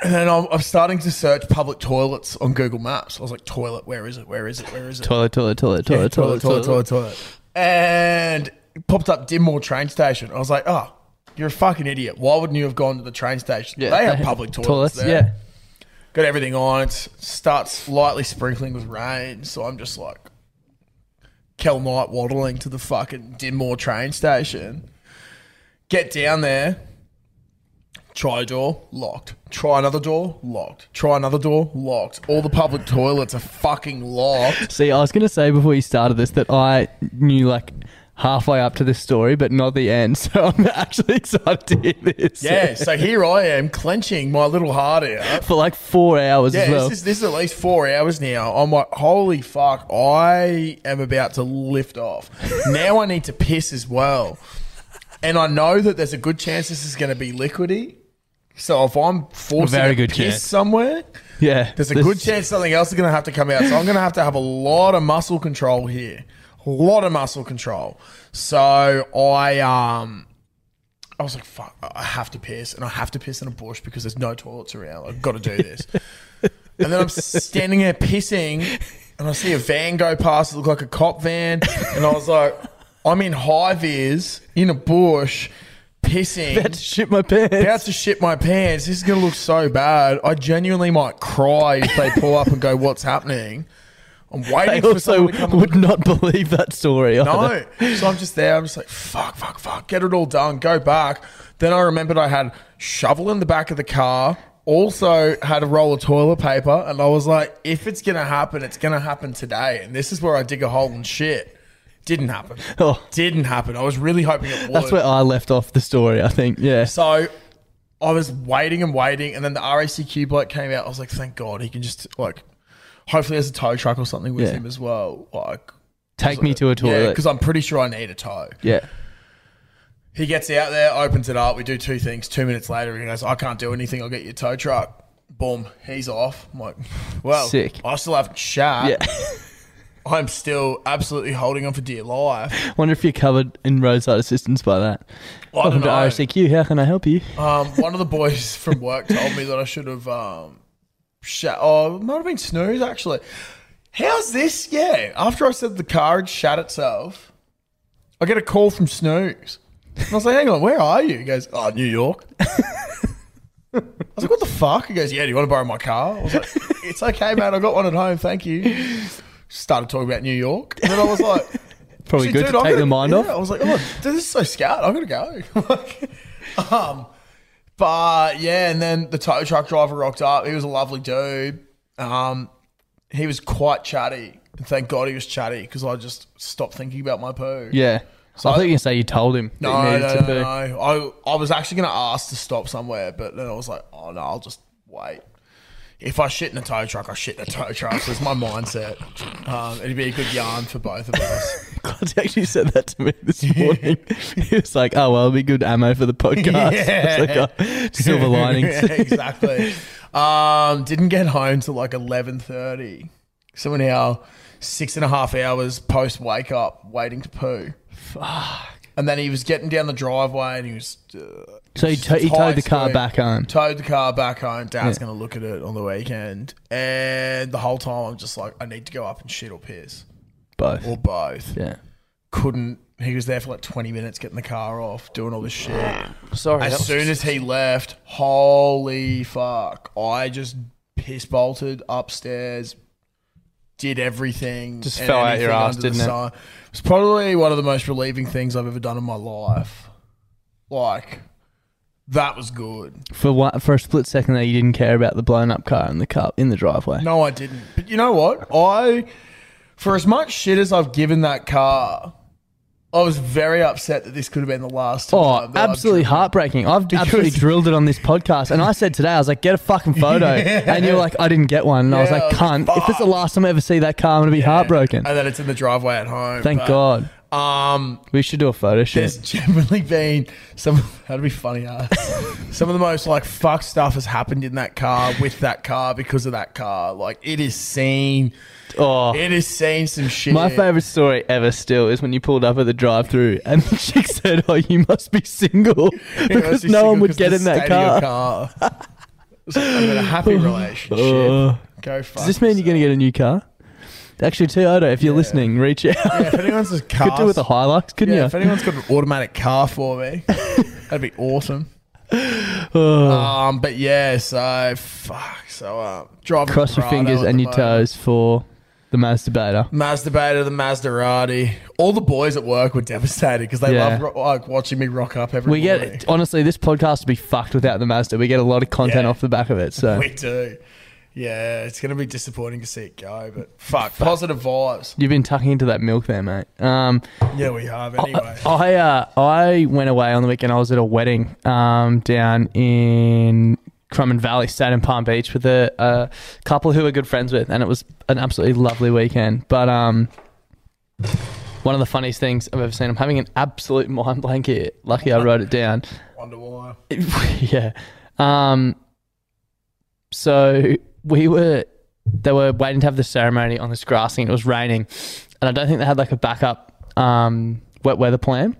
Speaker 2: And then I'm, I'm starting to search public toilets on Google Maps. I was like, toilet, where is it? Where is it? Where is it?
Speaker 1: Toilet, toilet, toilet, toilet, toilet, toilet,
Speaker 2: toilet, toilet. And it popped up Dinmore train station. I was like, oh, you're a fucking idiot. Why wouldn't you have gone to the train station?
Speaker 1: Yeah,
Speaker 2: they have
Speaker 1: they-
Speaker 2: public toilets. there.
Speaker 1: yeah.
Speaker 2: Got everything on. It starts lightly sprinkling with rain. So I'm just like, Kel Knight waddling to the fucking Dinmore train station. Get down there. Try a door, locked. Try another door, locked. Try another door, locked. All the public toilets are fucking locked.
Speaker 1: See, I was going to say before you started this that I knew like halfway up to this story, but not the end. So I'm actually excited to hear this.
Speaker 2: Yeah, so here I am clenching my little heart out.
Speaker 1: For like four hours
Speaker 2: Yeah,
Speaker 1: as well.
Speaker 2: this, is, this is at least four hours now. I'm like, holy fuck, I am about to lift off. now I need to piss as well. And I know that there's a good chance this is going to be liquidy. So if I'm forced
Speaker 1: very
Speaker 2: to
Speaker 1: good
Speaker 2: piss
Speaker 1: chance.
Speaker 2: somewhere,
Speaker 1: yeah.
Speaker 2: there's a
Speaker 1: This-
Speaker 2: good chance something else is going to have to come out. So I'm going to have to have a lot of muscle control here. A lot of muscle control. So I um I was like, fuck, I have to piss and I have to piss in a bush because there's no toilets around. I've got to do this. and then I'm standing there pissing and I see a van go past. It looked like a cop van. And I was like, I'm in high vis in a bush pissing
Speaker 1: Had to shit my pants.
Speaker 2: about to shit my pants. This is going to look so bad. I genuinely might cry if they pull up and go, "What's happening?" I'm
Speaker 1: I
Speaker 2: waiting for
Speaker 1: also
Speaker 2: someone to come.
Speaker 1: would not believe that story. either.
Speaker 2: no, so I'm just there. I'm just like, "Fuck, fuck, fuck!" Get it all done. Go back. Then I remembered I had shovel in the back of the car. Also had a roll of toilet paper, and I was like, "If it's going to happen, it's going to happen today." And this is where I dig a hole and shit. Didn't happen.
Speaker 1: Oh.
Speaker 2: Didn't happen. I was really hoping it would.
Speaker 1: That's where I left off the story, I think. Yeah.
Speaker 2: So I was waiting and waiting, and then the RACQ bloke came out. I was like, thank God he can just like, hopefully there's a tow truck or something with
Speaker 1: Yeah.
Speaker 2: him as well. Like,
Speaker 1: Take me to a
Speaker 2: yeah,
Speaker 1: toilet.
Speaker 2: because I'm pretty sure I need a tow.
Speaker 1: Yeah.
Speaker 2: He gets out there, opens it up. We do two things. Two minutes later, he goes, I can't do anything. I'll get you a tow truck. Boom, he's off. I'm like, well,
Speaker 1: Sick.
Speaker 2: I still haven't shat.
Speaker 1: Yeah.
Speaker 2: I'm still absolutely holding on for dear life.
Speaker 1: Wonder if you're covered in roadside assistance by that.
Speaker 2: I
Speaker 1: Welcome
Speaker 2: don't
Speaker 1: to
Speaker 2: know.
Speaker 1: RCQ. How can I help you?
Speaker 2: Um, one of the boys from work told me that I should have um, shat. Oh, it might have been snooze actually. How's this? Yeah, after I said the car had shat itself, I get a call from snooze. And I was like, "Hang on, where are you?" He goes, "Oh, New York." I was like, "What the fuck?" He goes, "Yeah, do you want to borrow my car?" I was like, "It's okay, man. I got one at home. Thank you." Started talking about New York, and then I was like.
Speaker 1: Probably
Speaker 2: Actually,
Speaker 1: good
Speaker 2: dude,
Speaker 1: to
Speaker 2: I'm
Speaker 1: take
Speaker 2: gonna-
Speaker 1: the mind
Speaker 2: yeah,
Speaker 1: off.
Speaker 2: I was like, oh, dude, this is so scat. I'm gonna go. like, um, But yeah, and then the tow truck driver rocked up. He was a lovely dude. Um, he was quite chatty. And thank God he was chatty because I just stopped thinking about my poo.
Speaker 1: Yeah. So I think you say you told him. that
Speaker 2: No,
Speaker 1: you
Speaker 2: no,
Speaker 1: needed
Speaker 2: no,
Speaker 1: to poo.
Speaker 2: no. I, I was actually going to ask to stop somewhere, but then I was like, oh no, I'll just wait. If I shit in a tow truck, I shit in a tow truck. So it's my mindset. Um, it'd be a good yarn for both of us.
Speaker 1: Clancy actually said that to me this morning. he was like, "Oh well, it'll be good ammo for the podcast."
Speaker 2: Yeah.
Speaker 1: It's like oh, silver linings.
Speaker 2: Yeah, exactly. Um, didn't get home till like eleven thirty. So anyhow, six and a half hours post wake up, waiting to poo. Fuck. And then he was getting down the driveway, and he was. Uh,
Speaker 1: so he, to- he
Speaker 2: high
Speaker 1: towed the car
Speaker 2: speed.
Speaker 1: back home.
Speaker 2: Towed the car back home. Dad's gonna look at it on the weekend, and the whole time I'm just like, I need to go up and shit or piss
Speaker 1: Both.
Speaker 2: or both.
Speaker 1: Yeah.
Speaker 2: Couldn't. He was there for like 20 minutes getting the car off, doing all this shit.
Speaker 4: Sorry. that
Speaker 2: As
Speaker 4: was-
Speaker 2: soon as he left, holy fuck! I just piss bolted upstairs, did everything,
Speaker 1: Just
Speaker 2: and
Speaker 1: fell out your
Speaker 2: anything
Speaker 1: ass,
Speaker 2: under the
Speaker 1: didn't it?
Speaker 2: sun. It was probably one of the most relieving things I've ever done in my life. Like, that was good.
Speaker 1: For what? For a split second there, you didn't care about the blown up car in the car in the driveway.
Speaker 2: No, I didn't. But you know what? I, for as much shit as I've given that car, I was very upset that this could have been the last time.
Speaker 1: Oh,
Speaker 2: that I've
Speaker 1: absolutely
Speaker 2: driven.
Speaker 1: heartbreaking. I've absolutely drilled it on this podcast. And I said today, I was like, get a fucking photo. And you're like, I didn't get one. And I was
Speaker 2: Yeah,
Speaker 1: like,
Speaker 2: I was
Speaker 1: cunt,
Speaker 2: like,
Speaker 1: if it's the last time I ever see that car, I'm going to be heartbroken.
Speaker 2: And then it's in the driveway at home.
Speaker 1: Thank
Speaker 2: but,
Speaker 1: God.
Speaker 2: Um,
Speaker 1: We should do a photo
Speaker 2: there's
Speaker 1: shoot.
Speaker 2: generally been some that'd be funny huh? some of the most like fuck stuff has happened in that car with that car because of that car like it is seen
Speaker 1: Oh.
Speaker 2: it is seen some shit
Speaker 1: My favorite story ever still is when you pulled up at the drive through and the chick said, Oh, you must be single
Speaker 2: You know,
Speaker 1: because
Speaker 2: it's just
Speaker 1: no one
Speaker 2: single
Speaker 1: would
Speaker 2: 'cause
Speaker 1: get
Speaker 2: the
Speaker 1: in that
Speaker 2: state of your
Speaker 1: car. Oh.
Speaker 2: car. It's like, I'm in a happy relationship. Go fuck.
Speaker 1: Does this mean you're going to get a new car? Actually, Toyota, if you're listening, reach out.
Speaker 2: Yeah, if anyone's a car,
Speaker 1: Could do with a Hilux, couldn't
Speaker 2: yeah,
Speaker 1: you?
Speaker 2: if anyone's got an automatic car for me, that'd be awesome.
Speaker 1: Oh.
Speaker 2: um, but yeah, so fuck. So um, driving
Speaker 1: Cross
Speaker 2: the
Speaker 1: your
Speaker 2: Prado
Speaker 1: fingers
Speaker 2: at
Speaker 1: and
Speaker 2: the
Speaker 1: your
Speaker 2: moment.
Speaker 1: toes for the masturbator.
Speaker 2: Masturbator, the Maserati. All the boys at work were devastated because they
Speaker 1: Yeah.
Speaker 2: love ro- like watching me rock up every
Speaker 1: We
Speaker 2: morning.
Speaker 1: get honestly, this podcast would be fucked without the master. We get a lot of content
Speaker 2: Yeah.
Speaker 1: off the back of it. So
Speaker 2: we do. Yeah, it's gonna be disappointing to see it go, but fuck, positive vibes.
Speaker 1: you've been tucking into that milk there, mate. Um,
Speaker 2: Yeah, we have anyway.
Speaker 1: I uh, I went away on the weekend. I was at a wedding um, down in Crumman Valley, sat in Palm Beach with a, a couple who we're good friends with, and it was an absolutely lovely weekend. But um, one of the funniest things I've ever seen. I'm having an absolute mind blank here. Lucky I wrote it down.
Speaker 2: Wonder why.
Speaker 1: yeah. Um. So we were, they were waiting to have the ceremony on this grass thing. It was raining, and I don't think they had like a backup um, wet weather plan.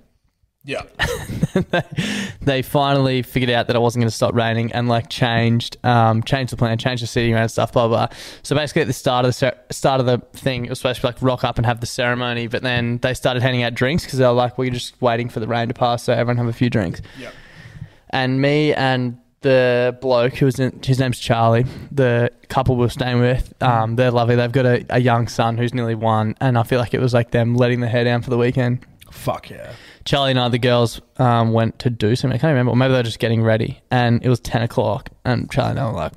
Speaker 2: Yeah,
Speaker 1: They finally figured out that it wasn't going to stop raining and like changed, um, changed the plan, changed the seating around stuff, blah blah. So basically, at the start of the cer- start of the thing, it was supposed to be like rock up and have the ceremony, but then they started handing out drinks because they were like, we're just waiting for the rain to pass, so everyone have a few drinks
Speaker 2: yeah.
Speaker 1: and me and the bloke who was in his name's Charlie, the couple we we're staying with, um, they're lovely. They've got a, a young son who's nearly one, and I feel like it was like them letting their hair down for the weekend.
Speaker 2: Fuck yeah.
Speaker 1: Charlie and I, the girls, um, went to do something. I can't remember, or maybe they were just getting ready, and it was ten o'clock, and Charlie and I were like,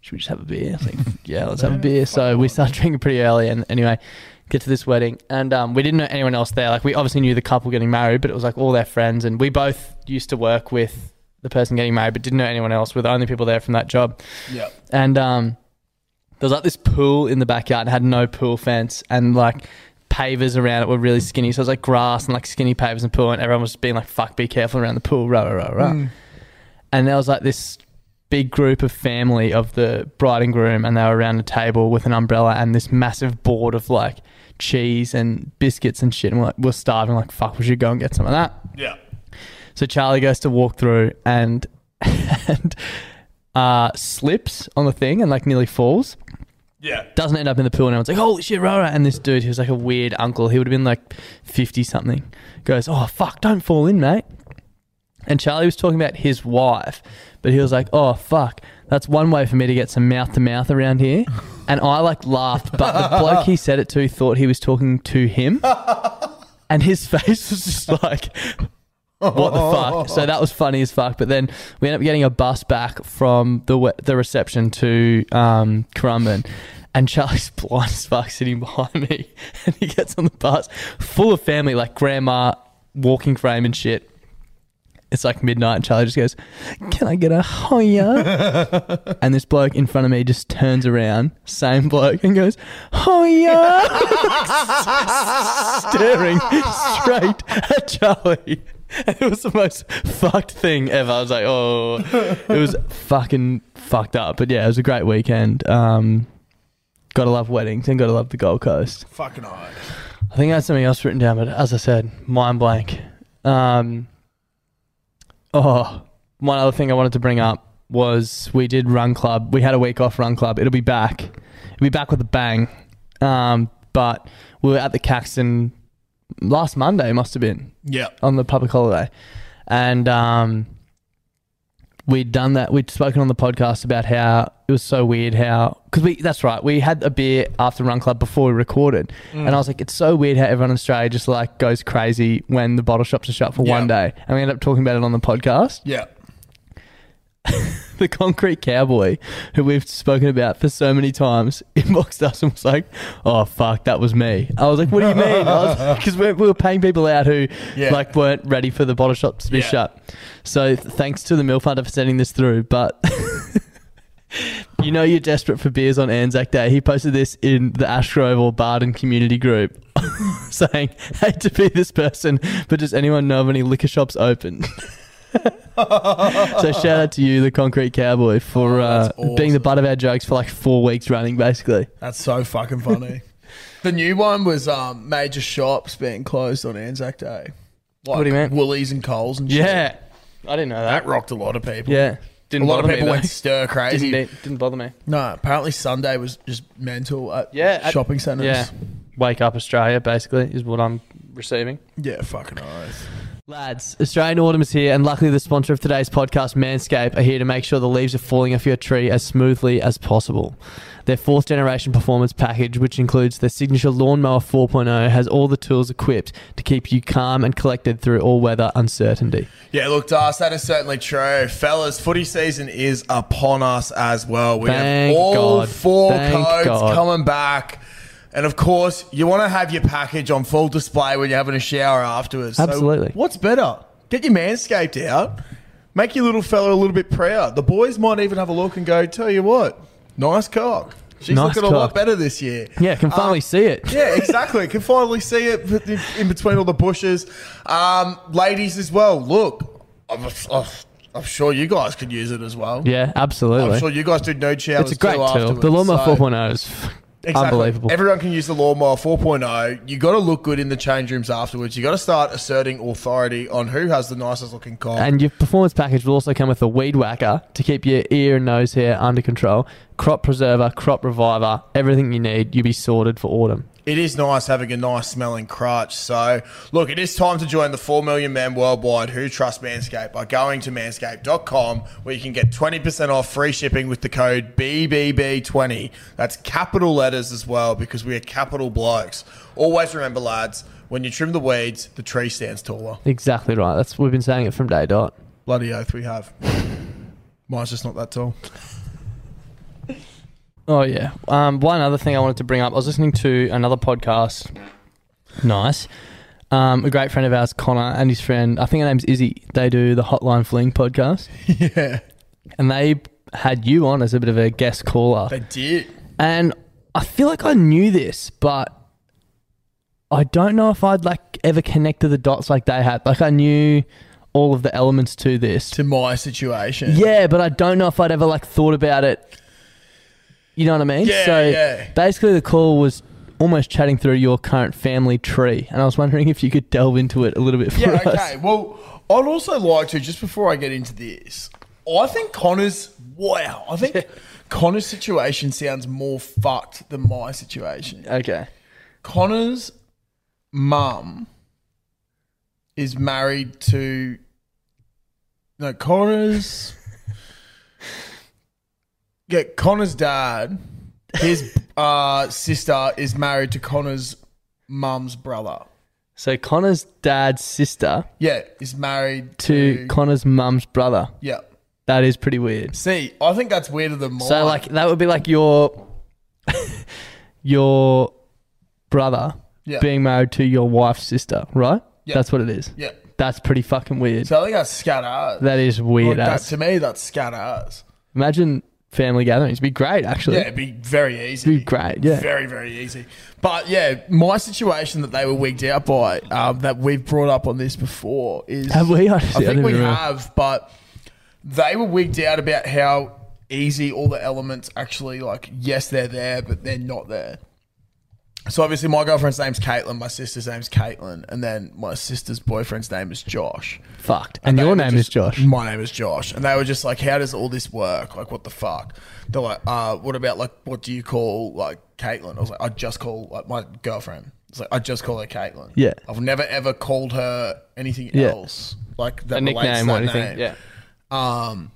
Speaker 1: "Should we just have a beer?" I was like, "Yeah, let's have a beer." So we started drinking pretty early, and anyway, get to this wedding, and um, we didn't know anyone else there. Like we obviously knew the couple getting married, but it was like all their friends, and we both used to work with the person getting married, but didn't know anyone else. We're the only people there from that job
Speaker 2: Yeah.
Speaker 1: and um, there was like this pool in the backyard. It had no pool fence, and like pavers around it were really skinny. So it was like grass and like skinny pavers and pool, and everyone was just being like, "Fuck, be careful around the pool." Rah rah rah rah. And there was like this big group of family of the bride and groom, and they were around a table with an umbrella and this massive board of like cheese and biscuits and shit. And we're like, we're starving. Like, fuck, we should go and get some of that.
Speaker 2: Yeah.
Speaker 1: So Charlie goes to walk through and and uh, slips on the thing and like nearly falls.
Speaker 2: Yeah.
Speaker 1: Doesn't end up in the pool and everyone's like, holy shit, Rara. And this dude, he was like a weird uncle. He would have been like 50 something. Goes, oh, fuck, don't fall in, mate. And Charlie was talking about his wife, but he was like, oh, fuck, that's one way for me to get some mouth to mouth around here. And I like laughed, but the bloke he said it to thought he was talking to him. And his face was just like, what the fuck? So that was funny as fuck. But then we ended up getting a bus back from the we- the reception to um, Currumbin. And Charlie's blind as fuck sitting behind me. And he gets on the bus full of family, like grandma, walking frame and shit. It's like midnight, and Charlie just goes, Can I get a hoya? and this bloke in front of me just turns around, same bloke, and goes, "Oh, Hoya! Staring straight at Charlie. And it was the most fucked thing ever. I was like, Oh, it was fucking fucked up. But yeah, it was a great weekend. Um, gotta love weddings and gotta love the Gold Coast.
Speaker 2: Fucking hard.
Speaker 1: I think I had something else written down, but as I said, mind blank. Um, oh, one other thing I wanted to bring up was we did Run Club. We had a week off Run Club. It'll be back. It'll be back with a bang. Um, but we were at the Caxton last Monday, must have been
Speaker 2: Yeah.
Speaker 1: on the public holiday, and um, we'd done that. We'd spoken on the podcast about how it was so weird how because we that's right. We had a beer after Run Club before we recorded,
Speaker 2: Mm.
Speaker 1: and I was like, it's so weird how everyone in Australia just like goes crazy when the bottle shops are shut for one
Speaker 2: Yeah.
Speaker 1: day, and we ended up talking about it on the podcast
Speaker 2: Yeah.
Speaker 1: the concrete cowboy who we've spoken about for so many times inboxed us and was like, "Oh fuck, that was me." I was like, "What do you mean?" Because we we were paying people out who
Speaker 2: Yeah.
Speaker 1: like weren't ready for the bottle shops to be
Speaker 2: Yeah.
Speaker 1: shut. So th- thanks to the Mill Funder for sending this through, but. You know you're desperate for beers on Anzac Day. He posted this in the Ashgrove or Barden community group saying, Hate to be this person, but does anyone know of any liquor shops open? so shout out to you, the Concrete Cowboy, for uh,
Speaker 2: Oh, that's awesome.
Speaker 1: being the butt of our jokes for like four weeks running, basically.
Speaker 2: That's so fucking funny. the new one was um, major shops being closed on Anzac Day. Like
Speaker 1: What do you mean?
Speaker 2: Woolies and Coles and shit.
Speaker 1: Yeah, I didn't know
Speaker 2: That
Speaker 1: that.
Speaker 2: rocked a lot of people.
Speaker 1: Yeah,
Speaker 2: A
Speaker 1: didn't
Speaker 2: lot of
Speaker 1: bother
Speaker 2: people
Speaker 1: me,
Speaker 2: went
Speaker 1: though.
Speaker 2: stir crazy.
Speaker 1: Didn't, be- didn't bother me.
Speaker 2: No, apparently Sunday was just mental at
Speaker 1: Yeah, at-
Speaker 2: shopping centres.
Speaker 1: Yeah, wake up Australia, basically is what I'm receiving.
Speaker 2: Yeah, fucking oath.
Speaker 1: Lads, Australian Autumn is here, and luckily the sponsor of today's podcast, Manscaped, are here to make sure the leaves are falling off your tree as smoothly as possible. Their fourth generation performance package, which includes their signature lawnmower 4.0, has all the tools equipped to keep you calm and collected through all weather uncertainty.
Speaker 2: Yeah, look, Das, that is certainly true. Fellas, footy season is upon us as well. We
Speaker 1: Thank
Speaker 2: have all
Speaker 1: God.
Speaker 2: four
Speaker 1: Thank
Speaker 2: codes
Speaker 1: God.
Speaker 2: coming back. And of course, you want to have your package on full display when you're having a shower afterwards. So
Speaker 1: Absolutely.
Speaker 2: what's better? Get your manscaped out. Make your little fella a little bit proud. The boys might even have a look and go, tell you what, nice cock. She's
Speaker 1: Nice
Speaker 2: looking a lot
Speaker 1: cock.
Speaker 2: better this year.
Speaker 1: Yeah, can finally see it.
Speaker 2: Yeah, exactly. Can finally see it in- in between all the bushes. Um, ladies as well. Look, I'm, I'm, I'm sure you guys could use it as well.
Speaker 1: Yeah, absolutely.
Speaker 2: I'm sure you guys do no showers.
Speaker 1: it's a great
Speaker 2: too
Speaker 1: tool.
Speaker 2: afterwards,
Speaker 1: The lawnmower
Speaker 2: so-
Speaker 1: 4.0 is f-
Speaker 2: Exactly.
Speaker 1: unbelievable.
Speaker 2: Everyone can use the lawnmower 4.0. You got to look good in the change rooms afterwards. You got to start asserting authority on who has the nicest looking cock.
Speaker 1: And your performance package will also come with a weed whacker to keep your ear and nose hair under control, crop preserver, crop reviver, everything you need. You'll be sorted for autumn.
Speaker 2: It is nice having a nice smelling crutch. So, look, it is time to join the 4 million men worldwide who trust Manscaped by going to manscaped.com where you can get 20% off free shipping with the code BBB20. That's capital letters as well because we are capital blokes. Always remember, lads, when you trim the weeds, the tree stands taller.
Speaker 1: Exactly right. That's we've been saying it from day dot.
Speaker 2: Bloody oath we have. Mine's just not that tall.
Speaker 1: Oh yeah. Um, one other thing I wanted to bring up. I was listening to another podcast. Nice. Um, a great friend of ours, Connor, and his friend, I think her name's Izzy. They do the Hotline Fling podcast,
Speaker 2: yeah.
Speaker 1: and they had you on as a bit of a guest caller.
Speaker 2: They did.
Speaker 1: And I feel like I knew this, but I don't know if I'd like ever connected the dots like they had. Like I knew all of the elements to this.
Speaker 2: To my situation.
Speaker 1: Yeah, but I don't know if I'd ever like thought about it. You know what I mean?
Speaker 2: Yeah,
Speaker 1: so
Speaker 2: yeah.
Speaker 1: basically the call was almost chatting through your current family tree and I was wondering if you could delve into it a little bit for
Speaker 2: Yeah,
Speaker 1: us.
Speaker 2: okay. Well, I'd also like to, just before I get into this, I think Connor's, wow, I think Connor's situation sounds more fucked than my situation.
Speaker 1: Okay.
Speaker 2: Connor's mum is married to, no, Connor's, yeah, Connor's dad, his uh, sister is married to Connor's mum's brother.
Speaker 1: So Connor's dad's sister
Speaker 2: Yeah, is married
Speaker 1: to Connor's mum's brother.
Speaker 2: Yeah.
Speaker 1: That is pretty weird.
Speaker 2: See, I think that's weirder than mine.
Speaker 1: So like that would be like your your brother
Speaker 2: Yeah.
Speaker 1: being married to your wife's sister, right?
Speaker 2: Yeah.
Speaker 1: That's what it is.
Speaker 2: yeah.
Speaker 1: That's pretty fucking weird.
Speaker 2: So I think that's scatter ass.
Speaker 1: that is
Speaker 2: Like,
Speaker 1: weird
Speaker 2: that-
Speaker 1: ass.
Speaker 2: to me, that's scatter ass.
Speaker 1: Imagine family gatherings. It'd be great actually.
Speaker 2: Yeah, it'd be very easy.
Speaker 1: It'd be great, yeah.
Speaker 2: Very, very easy. But yeah, my situation that they were wigged out by, um, that we've brought up on this before is.
Speaker 1: Have we? I
Speaker 2: I
Speaker 1: don't
Speaker 2: think
Speaker 1: even
Speaker 2: we
Speaker 1: remember.
Speaker 2: have, but they were wigged out about how easy all the elements actually, like, yes, they're there, but they're not there. So obviously, my girlfriend's name's Caitlin, my sister's name's Caitlin, and then my sister's boyfriend's name is Josh.
Speaker 1: Fucked. And, your
Speaker 2: they were
Speaker 1: name is Josh.
Speaker 2: just- My name is Josh, and they were just like, "How does all this work? Like, what the fuck?" They're like, "Uh, what about like, what do you call like Caitlin?" I was like, "I just call like my girlfriend." It's like I just call her Caitlin.
Speaker 1: Yeah.
Speaker 2: I've never ever called her anything
Speaker 1: Yeah.
Speaker 2: else like that
Speaker 1: A
Speaker 2: relates
Speaker 1: nickname
Speaker 2: to
Speaker 1: or
Speaker 2: that
Speaker 1: anything.
Speaker 2: name.
Speaker 1: Yeah.
Speaker 2: Um,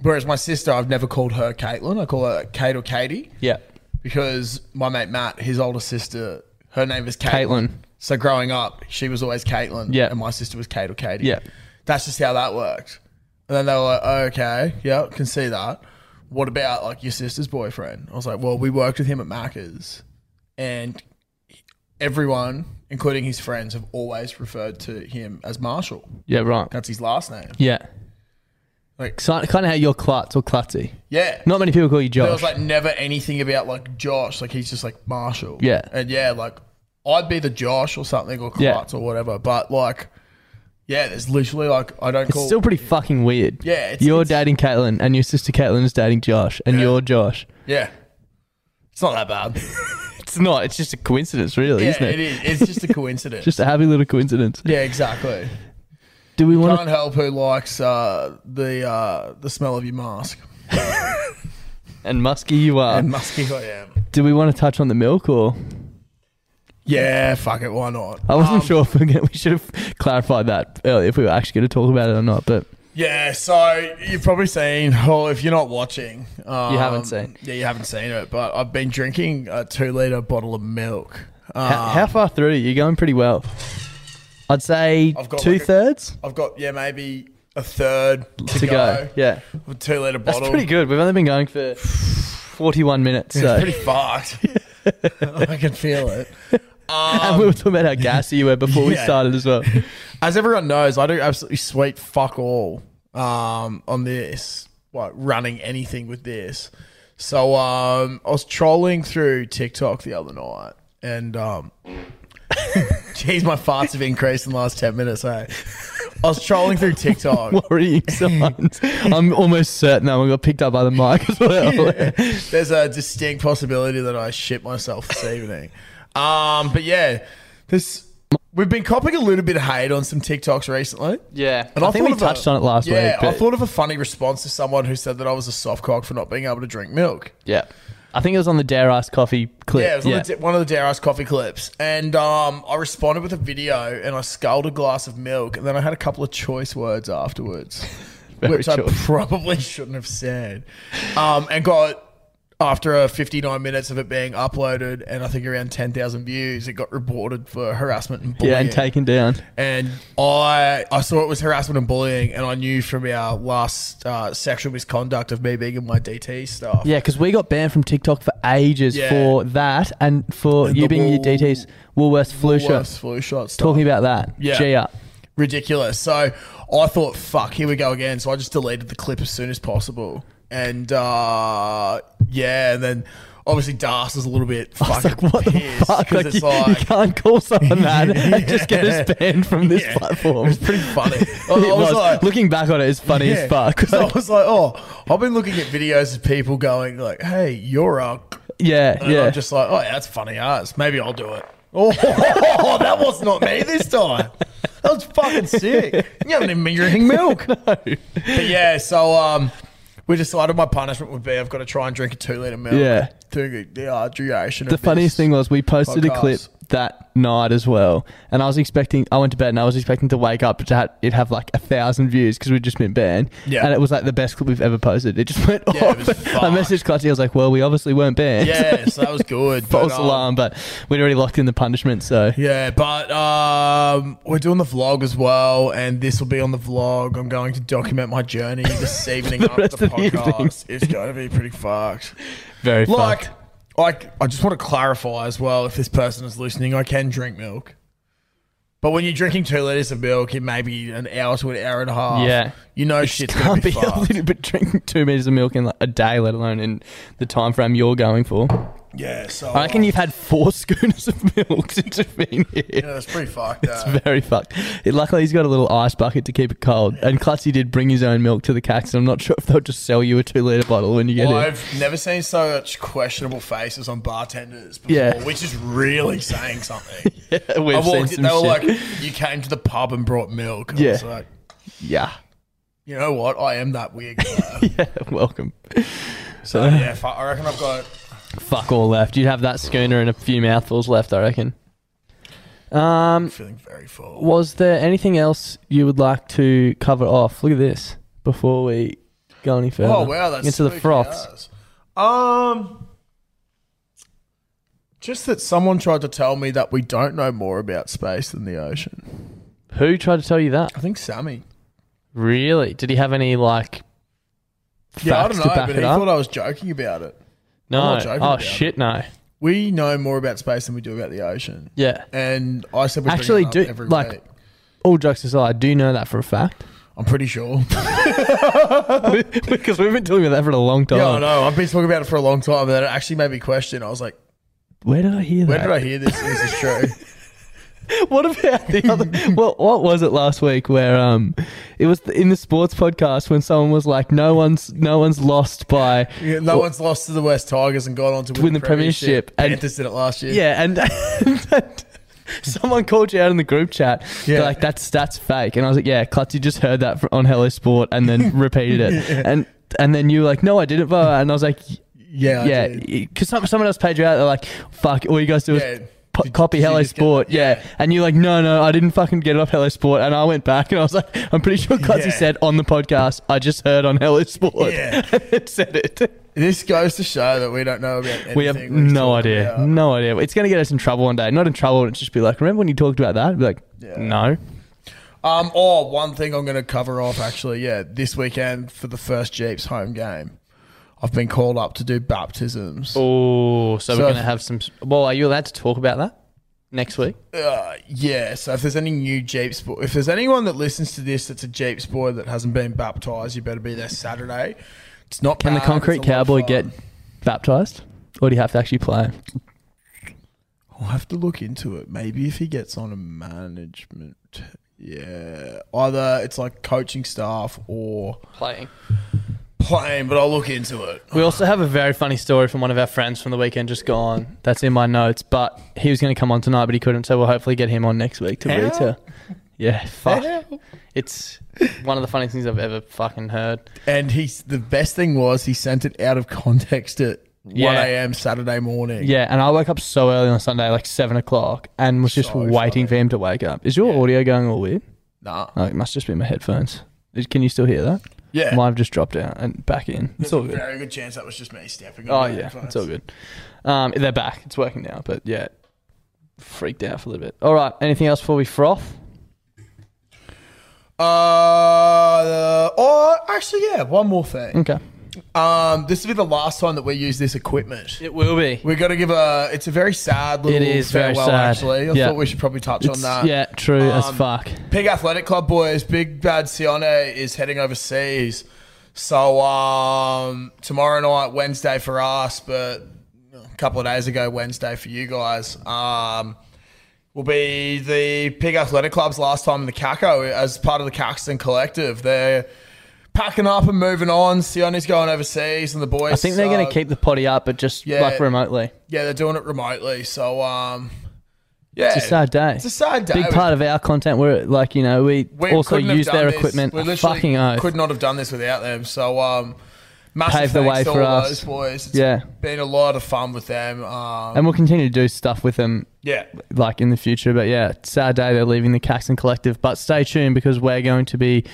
Speaker 2: whereas my sister, I've never called her Caitlin. I call her Kate or Katie
Speaker 1: Yeah.
Speaker 2: because my mate Matt, his older sister, her name is Caitlin.
Speaker 1: Caitlin.
Speaker 2: So growing up, she was always Caitlin.
Speaker 1: Yeah.
Speaker 2: And my sister was Kate or Katie.
Speaker 1: Yeah.
Speaker 2: That's just how that worked. And then they were like, okay, yeah, can see that. What about like your sister's boyfriend? I was like, well, we worked with him at Macca's and everyone, including his friends, have always referred to him as Marshall.
Speaker 1: Yeah, right.
Speaker 2: That's his last name.
Speaker 1: Yeah.
Speaker 2: Like-
Speaker 1: so, kind of how you're Klutz or Klutzy.
Speaker 2: Yeah.
Speaker 1: Not many people call you
Speaker 2: There
Speaker 1: Josh.
Speaker 2: was like never anything about like Josh. Like he's just like Marshall.
Speaker 1: Yeah.
Speaker 2: And yeah, like I'd be the Josh or something or
Speaker 1: Yeah.
Speaker 2: Klutz or whatever. But like, yeah, there's literally like I don't
Speaker 1: it's
Speaker 2: call.
Speaker 1: still pretty fucking weird.
Speaker 2: Yeah, it's-
Speaker 1: you're
Speaker 2: it's-
Speaker 1: dating Caitlin, and your sister Caitlin is dating Josh, and
Speaker 2: Yeah.
Speaker 1: you're Josh.
Speaker 2: yeah. It's not that bad.
Speaker 1: It's not. It's just a coincidence, really,
Speaker 2: yeah,
Speaker 1: isn't it?
Speaker 2: it is. It's just a coincidence.
Speaker 1: Just a happy little coincidence.
Speaker 2: yeah, exactly.
Speaker 1: Do we want
Speaker 2: Can't
Speaker 1: to?
Speaker 2: help who likes uh, the uh, the smell of your mask.
Speaker 1: And musky you are.
Speaker 2: And musky I am.
Speaker 1: Do we want to touch on the milk or?
Speaker 2: Yeah, fuck it. Why not?
Speaker 1: I wasn't sure if we we should have clarified that earlier if we were actually going to talk about it or not. But
Speaker 2: Yeah, so you've probably seen, well, if you're not watching, um,
Speaker 1: haven't seen.
Speaker 2: Yeah, you haven't seen it, but I've been drinking a two litre bottle of milk. Um,
Speaker 1: h- how far through? You're going pretty well. I'd say
Speaker 2: I've got
Speaker 1: two
Speaker 2: like a-
Speaker 1: thirds
Speaker 2: I've got, yeah, maybe a third to,
Speaker 1: to
Speaker 2: go.
Speaker 1: go. Yeah.
Speaker 2: A two litre
Speaker 1: That's
Speaker 2: bottle.
Speaker 1: pretty good. We've only been going for 41 minutes. So.
Speaker 2: It's pretty fucked. I can feel it. Um,
Speaker 1: and we were talking about how gassy you were before we
Speaker 2: yeah.
Speaker 1: started as well.
Speaker 2: As everyone knows, I do absolutely sweet fuck all um, on this, like running anything with this. So um, I was trolling through TikTok the other night, and um, geez, my farts have increased in the last ten minutes. Hey, I was trolling through TikTok.
Speaker 1: Worrying signs. I'm almost certain that one got picked up by the mic as well.
Speaker 2: There's a distinct possibility that I shit myself this evening. Um, but yeah, this we've been copping a little bit of hate on some TikToks recently.
Speaker 1: Yeah.
Speaker 2: And
Speaker 1: I, think
Speaker 2: thought
Speaker 1: we
Speaker 2: of
Speaker 1: touched
Speaker 2: a-
Speaker 1: on it last
Speaker 2: yeah,
Speaker 1: week.
Speaker 2: I
Speaker 1: but-
Speaker 2: thought of a funny response to someone who said that I was a softcock for not being able to drink milk.
Speaker 1: yeah. I think it was on the Dare Ice Coffee clip.
Speaker 2: Yeah, it was on the- one of the Dare Ice coffee clips. And um, I responded with a video and I sculled a glass of milk and then I had a couple of choice words afterwards,
Speaker 1: Very
Speaker 2: which I
Speaker 1: choice.
Speaker 2: probably shouldn't have said. Um, and got, after uh, 59 minutes of it being uploaded and I think around 10,000 views, it got reported for harassment and bullying.
Speaker 1: Yeah, and taken down.
Speaker 2: and I I saw it was harassment and bullying, and I knew from our last uh, sexual misconduct of me being in my DT stuff.
Speaker 1: Yeah, because we got banned from TikTok for ages
Speaker 2: Yeah.
Speaker 1: for that and for
Speaker 2: And
Speaker 1: you
Speaker 2: the
Speaker 1: being your
Speaker 2: Wool-
Speaker 1: DT's Woolworths flu
Speaker 2: Worst
Speaker 1: shot.
Speaker 2: flu shot stuff.
Speaker 1: Talking about that.
Speaker 2: Yeah.
Speaker 1: Gee uh, up.
Speaker 2: ridiculous. So I thought, fuck, here we go again. So I just deleted the clip as soon as possible, and uh, yeah, and then obviously Das is a little bit
Speaker 1: I was
Speaker 2: fucking
Speaker 1: like, what the
Speaker 2: pissed
Speaker 1: fuck?
Speaker 2: because
Speaker 1: Like,
Speaker 2: it's
Speaker 1: you,
Speaker 2: like.
Speaker 1: you can't call someone that and just get
Speaker 2: Yeah.
Speaker 1: us banned from this
Speaker 2: Yeah.
Speaker 1: platform.
Speaker 2: It was pretty funny. I, I
Speaker 1: It
Speaker 2: was,
Speaker 1: was.
Speaker 2: like,
Speaker 1: Looking back on it, it's funny
Speaker 2: Yeah.
Speaker 1: as fuck.
Speaker 2: 'Cause I was like, oh, I've been looking at videos of people going like, hey, you're a
Speaker 1: yeah,
Speaker 2: And
Speaker 1: yeah.
Speaker 2: I'm just like, oh, yeah, that's funny ass. Maybe I'll do it. Oh, that was not me this time. That was fucking sick. You haven't even been drinking milk. But yeah, so um, we decided my punishment would be I've got to try and drink a two litre milk.
Speaker 1: Yeah.
Speaker 2: Through the uh, duration
Speaker 1: the
Speaker 2: of
Speaker 1: funniest
Speaker 2: this.
Speaker 1: thing was we posted a clip
Speaker 2: podcast.
Speaker 1: that night as well. And I was expecting, I went to bed and I was expecting to wake up to have, it'd have like a thousand views because we'd just been banned.
Speaker 2: Yeah.
Speaker 1: And it was like the best clip we've ever posted. It just went
Speaker 2: Yeah, it
Speaker 1: off.
Speaker 2: was
Speaker 1: I messaged Clutzy. I was like, well, we obviously weren't banned.
Speaker 2: Yeah, so that was good. but,
Speaker 1: False
Speaker 2: um,
Speaker 1: alarm, but we'd already locked in the punishment. So
Speaker 2: Yeah, but um, we're doing the vlog as well, and this will be on the vlog. I'm going to document my journey this evening after
Speaker 1: rest
Speaker 2: the
Speaker 1: of the evening.
Speaker 2: podcast. it's going to be pretty fucked.
Speaker 1: very
Speaker 2: Like,
Speaker 1: fucked.
Speaker 2: like, I just want to clarify as well. If this person is listening, I can drink milk, but when you're drinking two liters of milk in maybe an hour to an hour and a half,
Speaker 1: Yeah.
Speaker 2: you know
Speaker 1: Just
Speaker 2: shit's gonna
Speaker 1: can't
Speaker 2: be
Speaker 1: be a
Speaker 2: fucked.
Speaker 1: little bit drinking two meters of milk in like a day, let alone in the time frame you're going for.
Speaker 2: Yeah, so
Speaker 1: I reckon
Speaker 2: uh,
Speaker 1: you've had four scooners of milk since you've been here.
Speaker 2: Yeah, it's pretty fucked.
Speaker 1: It's
Speaker 2: uh,
Speaker 1: very fucked. It- luckily, he's got a little ice bucket to keep it cold. And Clutzy did bring his own milk to the cacks, and I'm not sure if they'll just sell you a two liter bottle when you get
Speaker 2: Well,
Speaker 1: here.
Speaker 2: I've never seen so much questionable faces on bartenders before,
Speaker 1: Yeah.
Speaker 2: which is really saying something.
Speaker 1: Yeah, we've
Speaker 2: I
Speaker 1: seen
Speaker 2: walked in,
Speaker 1: some
Speaker 2: they
Speaker 1: shit.
Speaker 2: were like, "You came to the pub and brought milk." And I
Speaker 1: Yeah.
Speaker 2: was like,
Speaker 1: yeah,
Speaker 2: you know what? I am that weird guy.
Speaker 1: yeah, welcome. So
Speaker 2: yeah, fu- I reckon I've got.
Speaker 1: fuck all left. You'd have that schooner and a few mouthfuls left, I reckon. Um,
Speaker 2: I'm feeling very full.
Speaker 1: was there anything else you would like to cover off? Look at this before we go any further.
Speaker 2: Oh wow, that's
Speaker 1: into the
Speaker 2: spooky
Speaker 1: froths.
Speaker 2: as. Um, just that someone tried to tell me that we don't know more about space than the ocean.
Speaker 1: Who tried to tell you that?
Speaker 2: I think Sammy.
Speaker 1: Really? Did he have any like?
Speaker 2: Yeah, I
Speaker 1: facts
Speaker 2: don't
Speaker 1: to
Speaker 2: know,
Speaker 1: back
Speaker 2: but
Speaker 1: it
Speaker 2: he
Speaker 1: up?
Speaker 2: thought I was joking about it.
Speaker 1: No.
Speaker 2: not joking
Speaker 1: Oh
Speaker 2: about
Speaker 1: shit, no.
Speaker 2: We know more about space than we do about the ocean.
Speaker 1: Yeah.
Speaker 2: And I said we
Speaker 1: Actually,
Speaker 2: actually
Speaker 1: do-
Speaker 2: do every
Speaker 1: like-
Speaker 2: week.
Speaker 1: All jokes aside, do you know that for a fact?
Speaker 2: I'm pretty sure.
Speaker 1: because we've been talking about that for a long time.
Speaker 2: yeah, I know. I've been talking about it for a long time, but it actually made me question. I was like,
Speaker 1: Where did I hear
Speaker 2: where
Speaker 1: that?
Speaker 2: did I hear this? This is true.
Speaker 1: What about the other? Well, what was it last week? Where um, it was in the sports podcast when someone was like, "No one's, no one's lost by
Speaker 2: Yeah, no one's lost to the West Tigers and gone on to win, the premiership. And Panthers did it last year.
Speaker 1: Yeah, and, and someone called you out in the group chat. They're
Speaker 2: Yeah.
Speaker 1: like, that's that's fake. And I was like, yeah, Klutzy just heard that fr- on Hello Sport and then repeated it. And and then you were like, no, I didn't. Blah, blah. And I was like,
Speaker 2: yeah, I
Speaker 1: yeah,
Speaker 2: did.
Speaker 1: because some, someone else paid you out. They're like, fuck, all you guys do is.
Speaker 2: Yeah.
Speaker 1: po-
Speaker 2: Did-
Speaker 1: copy
Speaker 2: did you
Speaker 1: Hello
Speaker 2: just get
Speaker 1: Sport,
Speaker 2: that?
Speaker 1: yeah.
Speaker 2: Yeah.
Speaker 1: and you're like, no, no, I didn't fucking get it off Hello Sport, and I went back and I was like, I'm pretty sure Clutzy
Speaker 2: Yeah.
Speaker 1: said on the podcast, I just heard on Hello Sport,
Speaker 2: Yeah.
Speaker 1: it said it.
Speaker 2: This goes to show that we don't know about anything.
Speaker 1: We have
Speaker 2: we're
Speaker 1: no
Speaker 2: talking
Speaker 1: idea.
Speaker 2: about.
Speaker 1: No idea. It's going to get us in trouble one day. Not in trouble. It's just be like, remember when you talked about that? Be like, no.
Speaker 2: Um, oh, one thing I'm going to cover off actually. Yeah, this weekend for the first Jeeps home game, I've been called up to do baptisms.
Speaker 1: Oh, so,
Speaker 2: So
Speaker 1: we're
Speaker 2: if-
Speaker 1: going to have some. Well, are you allowed to talk about that next week?
Speaker 2: Uh, yeah, so if there's any new Jeeps boy, if there's anyone that listens to this that's a Jeeps boy that hasn't been baptized, you better be there Saturday. It's not
Speaker 1: Can
Speaker 2: bad,
Speaker 1: the concrete
Speaker 2: it's a lot of
Speaker 1: cowboy
Speaker 2: fun.
Speaker 1: get baptized, or do you have to actually play?
Speaker 2: I'll have to look into it. Maybe if he gets on a management, yeah, either it's like coaching staff or
Speaker 1: Playing.
Speaker 2: playing. But I'll look into it.
Speaker 1: We also have a very funny story from one of our friends from the weekend just gone. That's in my notes, but he was going to come on tonight, but he couldn't. So we'll hopefully get him on next week to
Speaker 2: How?
Speaker 1: read to. Yeah, fuck. It's one of the funniest things I've ever fucking heard.
Speaker 2: And he's the best thing was he sent it out of context at one
Speaker 1: Yeah.
Speaker 2: a.m. Saturday morning.
Speaker 1: Yeah, and I woke up so early on Sunday, like seven o'clock, and was just
Speaker 2: So
Speaker 1: waiting
Speaker 2: funny.
Speaker 1: for him to wake up. Is your audio going all weird?
Speaker 2: nah,
Speaker 1: Oh, it must just be my headphones. Is- Can you still hear that?
Speaker 2: yeah.
Speaker 1: Mine have just dropped out and back in. It's all good.
Speaker 2: Very good chance that was just me stepping.
Speaker 1: Oh
Speaker 2: on my
Speaker 1: yeah,
Speaker 2: headphones.
Speaker 1: it's all good. Um, they're back. It's working now, but yeah, freaked out for a little bit. All right, anything else before we froth?
Speaker 2: Uh, oh, actually, yeah, one more thing.
Speaker 1: Okay,
Speaker 2: Um, this will be the last time that we use this equipment.
Speaker 1: it will be.
Speaker 2: We got to give a. It's a very sad little
Speaker 1: It is very
Speaker 2: farewell.
Speaker 1: sad.
Speaker 2: Actually, I
Speaker 1: Yeah.
Speaker 2: thought we should probably touch on
Speaker 1: It's,
Speaker 2: that.
Speaker 1: yeah, true as
Speaker 2: Um,
Speaker 1: fuck.
Speaker 2: Big Athletic Club boys, Big Bad Sione is heading overseas. So um, tomorrow night, Wednesday for us, but a couple of days ago, Wednesday for you guys. Um, will be the Pig Athletic Club's last time in the CACO as part of the Caxton Collective. They're packing up and moving on. Sione's going overseas, and the boys.
Speaker 1: I think they're going
Speaker 2: uh,
Speaker 1: to keep the potty up, but just
Speaker 2: yeah.
Speaker 1: like remotely.
Speaker 2: Yeah, they're doing it remotely. So um, yeah,
Speaker 1: It's a sad day.
Speaker 2: It's a sad day.
Speaker 1: Big part of our content. We're like, you know, we, also
Speaker 2: couldn't have
Speaker 1: use
Speaker 2: done
Speaker 1: their
Speaker 2: this.
Speaker 1: equipment.
Speaker 2: We literally
Speaker 1: Fucking oath.
Speaker 2: could not have done this without them. So, um, Massive
Speaker 1: paved the
Speaker 2: thanks
Speaker 1: way
Speaker 2: to
Speaker 1: for
Speaker 2: all
Speaker 1: us.
Speaker 2: those boys. It's
Speaker 1: Yeah.
Speaker 2: been a lot of fun with them. Um,
Speaker 1: and we'll continue to do stuff with them
Speaker 2: yeah,
Speaker 1: like in the future. But yeah, it's sad day they're leaving the Caxton Collective. But stay tuned because we're going to be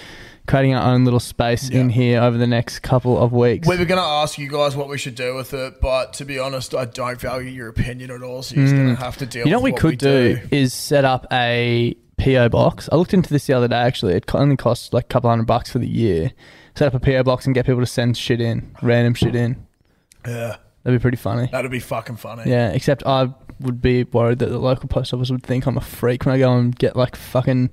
Speaker 1: creating our own little space in here over the next couple of weeks.
Speaker 2: we were going to ask you guys what we should do with it, but to be honest, I don't value your opinion at all. So you're just going to have to deal.
Speaker 1: Mm. you know what
Speaker 2: with
Speaker 1: we
Speaker 2: what
Speaker 1: could do, is set up a PO box. I looked into this the other day actually. It co- only costs like a couple hundred bucks for the year. Set up a PO box and get people to send shit in, random shit in.
Speaker 2: Yeah,
Speaker 1: That'd be pretty funny.
Speaker 2: that'd be fucking funny.
Speaker 1: Yeah, except I would be worried that the local post office would think I'm a freak when I go and get like fucking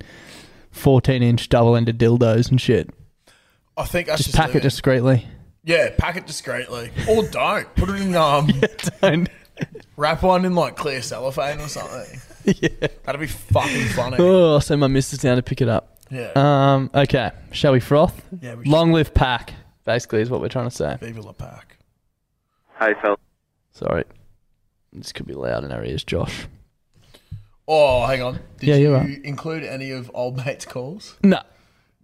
Speaker 1: 14 inch double ended dildos and shit.
Speaker 2: I think I should
Speaker 1: Just pack it discreetly.
Speaker 2: Yeah, pack it discreetly, or don't put it in um
Speaker 1: Don't.
Speaker 2: wrap one in like clear cellophane or something. yeah, that'd be fucking funny.
Speaker 1: Oh, I'll send my missus down to pick it up.
Speaker 2: Yeah,
Speaker 1: Um, okay, shall we froth?
Speaker 2: Yeah, we should.
Speaker 1: Long live pack, basically, is what we're trying to say.
Speaker 2: Viva La Pack.
Speaker 5: Hey, fellas.
Speaker 1: Sorry. This could be loud in our ears, Josh.
Speaker 2: Oh, hang on. Did
Speaker 1: Yeah,
Speaker 2: you
Speaker 1: you're
Speaker 2: include any of old mate's calls?
Speaker 1: No.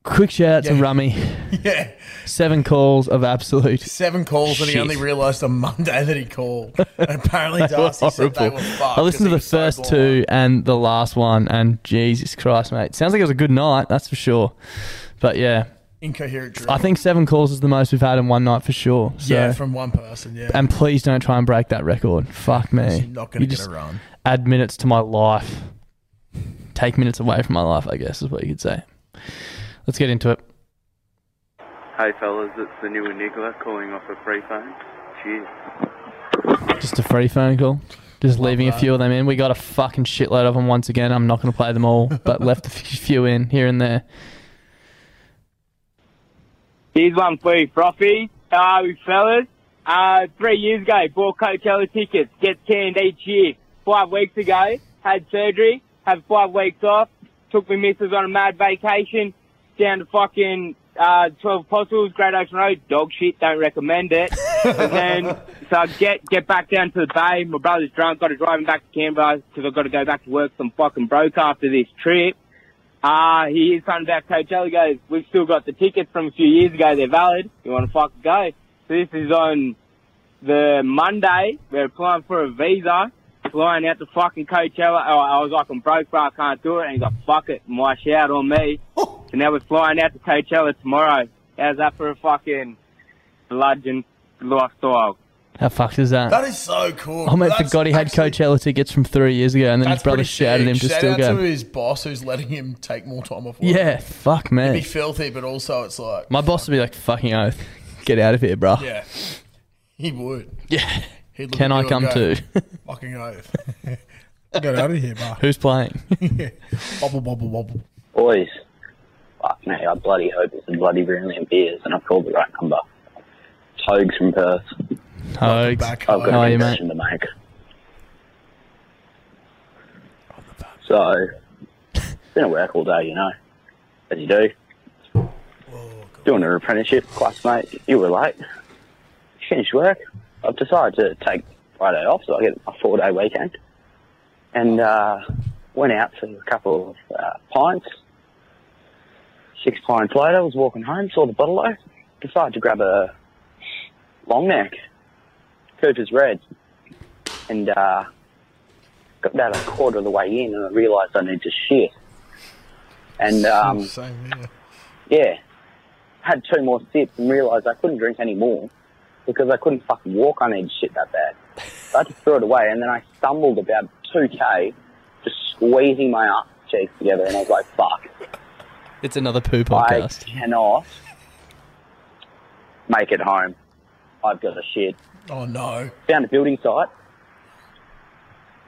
Speaker 1: Quick shout out to
Speaker 2: Yeah.
Speaker 1: Rummy.
Speaker 2: Yeah,
Speaker 1: Seven calls of absolute.
Speaker 2: seven calls, and he
Speaker 1: Shit.
Speaker 2: only realised on Monday that he called. And apparently, Darcy said they
Speaker 1: Horrible.
Speaker 2: were fucked.
Speaker 1: I listened to the
Speaker 2: 'cause he was
Speaker 1: first
Speaker 2: so
Speaker 1: two and the last one, and Jesus Christ, mate. Sounds like it was a good night, that's for sure. But yeah,
Speaker 2: blind. incoherent. Drivel.
Speaker 1: I think seven calls is the most we've had in one night for sure. So.
Speaker 2: yeah, from one person. Yeah,
Speaker 1: and please don't try and break that record. Fuck me.
Speaker 2: You're not gonna
Speaker 1: You
Speaker 2: get
Speaker 1: just
Speaker 2: a run.
Speaker 1: Add minutes to my life. Take minutes away from my life, I guess, is what you could say. Let's get into it.
Speaker 5: Hey, fellas. It's the new Nicola calling off a free phone. Cheers.
Speaker 1: Just a free phone call. Just leaving a few of them in. We got a fucking shitload of them once again. I'm not going to play them all, but left a few in here and there.
Speaker 6: Here's one for you, Froffy. How are we, fellas? Uh, three years ago, bought Coachella tickets, get canned each year. Five weeks ago, had surgery, had five weeks off, took my missus on a mad vacation, down to fucking, uh, 12 Apostles, Great Ocean Road, dog shit, don't recommend it. and then, so I get, get back down to the bay, my brother's drunk, gotta drive him back to Canberra, cause I've gotta go back to work, 'cause I'm fucking broke after this trip. Ah, he hears something about Coachella. He Goes, we've still got the tickets from a few years ago. They're valid. You want to fuck go? So this is on the Monday. We're applying for a visa, flying out to fucking Coachella. Oh, I was like, I'm broke, bro. I can't do it. And he's like, fuck it, my shout on me.
Speaker 2: Oh.
Speaker 6: so now we're flying out to Coachella tomorrow. How's that for a fucking bludgeon lifestyle?
Speaker 1: How fucked is that?
Speaker 2: That is so cool.
Speaker 1: oh, mate,
Speaker 2: That's
Speaker 1: forgot he had
Speaker 2: actually-
Speaker 1: Coachella tickets from three years ago, and then his
Speaker 2: That's
Speaker 1: brother
Speaker 2: pretty
Speaker 1: shouted
Speaker 2: sick.
Speaker 1: him to
Speaker 2: Shout
Speaker 1: still
Speaker 2: out to
Speaker 1: go.
Speaker 2: his boss who's letting him take more time off. Work.
Speaker 1: Yeah, fuck,
Speaker 2: be
Speaker 1: man.
Speaker 2: filthy, but also it's like,
Speaker 1: My boss would be like, fucking oath. Get out of here, bro.
Speaker 2: yeah, he would.
Speaker 1: Yeah.
Speaker 2: He'd look
Speaker 1: Ah. Can
Speaker 2: at
Speaker 1: I
Speaker 2: you and
Speaker 1: come
Speaker 2: go,
Speaker 1: too?
Speaker 2: Fucking oath. Get out of here, bro.
Speaker 1: Who's playing?
Speaker 2: Bobble, bobble, bobble.
Speaker 7: Boys, fuck me, I bloody hope it's the bloody Brilliant Beers and I've called the right number. Togues from Perth.
Speaker 1: Hogs.
Speaker 2: Back
Speaker 7: I've got
Speaker 1: How
Speaker 2: home.
Speaker 1: are
Speaker 7: an
Speaker 1: you,
Speaker 7: impression to make. So, it's been at work all day, you know, as you do. Doing an apprenticeship, classmate, you were late. Finished work. I've decided to take Friday off so I get a four day weekend. And uh, went out for a couple of uh, pints. Six pints later, I was walking home, saw the bottle though, decided to grab a long neck. Cooper's Red. And uh, got about a quarter of the way in and I realised I need to shit. And um,
Speaker 2: Same here.
Speaker 7: yeah, had two more sips and realised I couldn't drink any more because I couldn't fucking walk on edge shit that bad. So I just threw it away and then I stumbled about 2k, just squeezing my ass cheeks together and I was like, fuck.
Speaker 1: It's another poo
Speaker 7: I
Speaker 1: podcast.
Speaker 7: cannot make it home. I've got a shit.
Speaker 2: Oh no.
Speaker 7: Found a building site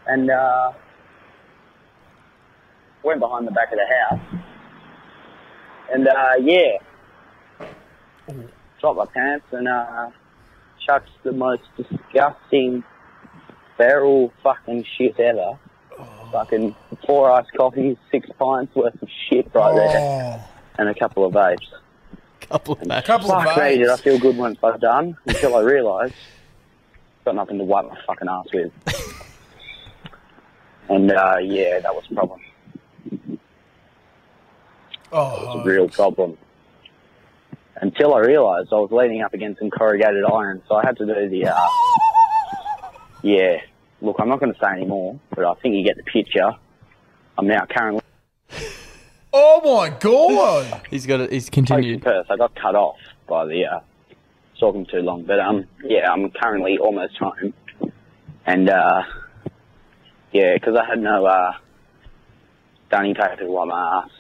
Speaker 7: and uh, went behind the back of the house. And uh, yeah, dropped my pants and uh, chucked the most disgusting feral fucking shit ever. Fucking four iced coffees, six pints worth of shit right there,
Speaker 2: Oh,
Speaker 7: and a couple of vapes.
Speaker 1: Couple of mates.
Speaker 2: couple of
Speaker 7: Fuck me, did I
Speaker 2: mates.
Speaker 7: feel good once I've done until I realised got nothing to wipe my fucking ass with. and uh, yeah, that was a problem.
Speaker 2: Oh,
Speaker 7: Real problem. until I realised I was leaning up against some corrugated iron, so I had to do the. Uh, yeah, look, I'm not going to say any more, but I think you get the picture. I'm now currently
Speaker 2: Oh my god!
Speaker 1: He's got. It, he's
Speaker 7: in
Speaker 1: continued.
Speaker 7: Perth. I got cut off by the uh, talking too long, but um, yeah, I'm currently almost home, and uh, yeah, because I had no uh, dunning tackle on my ass,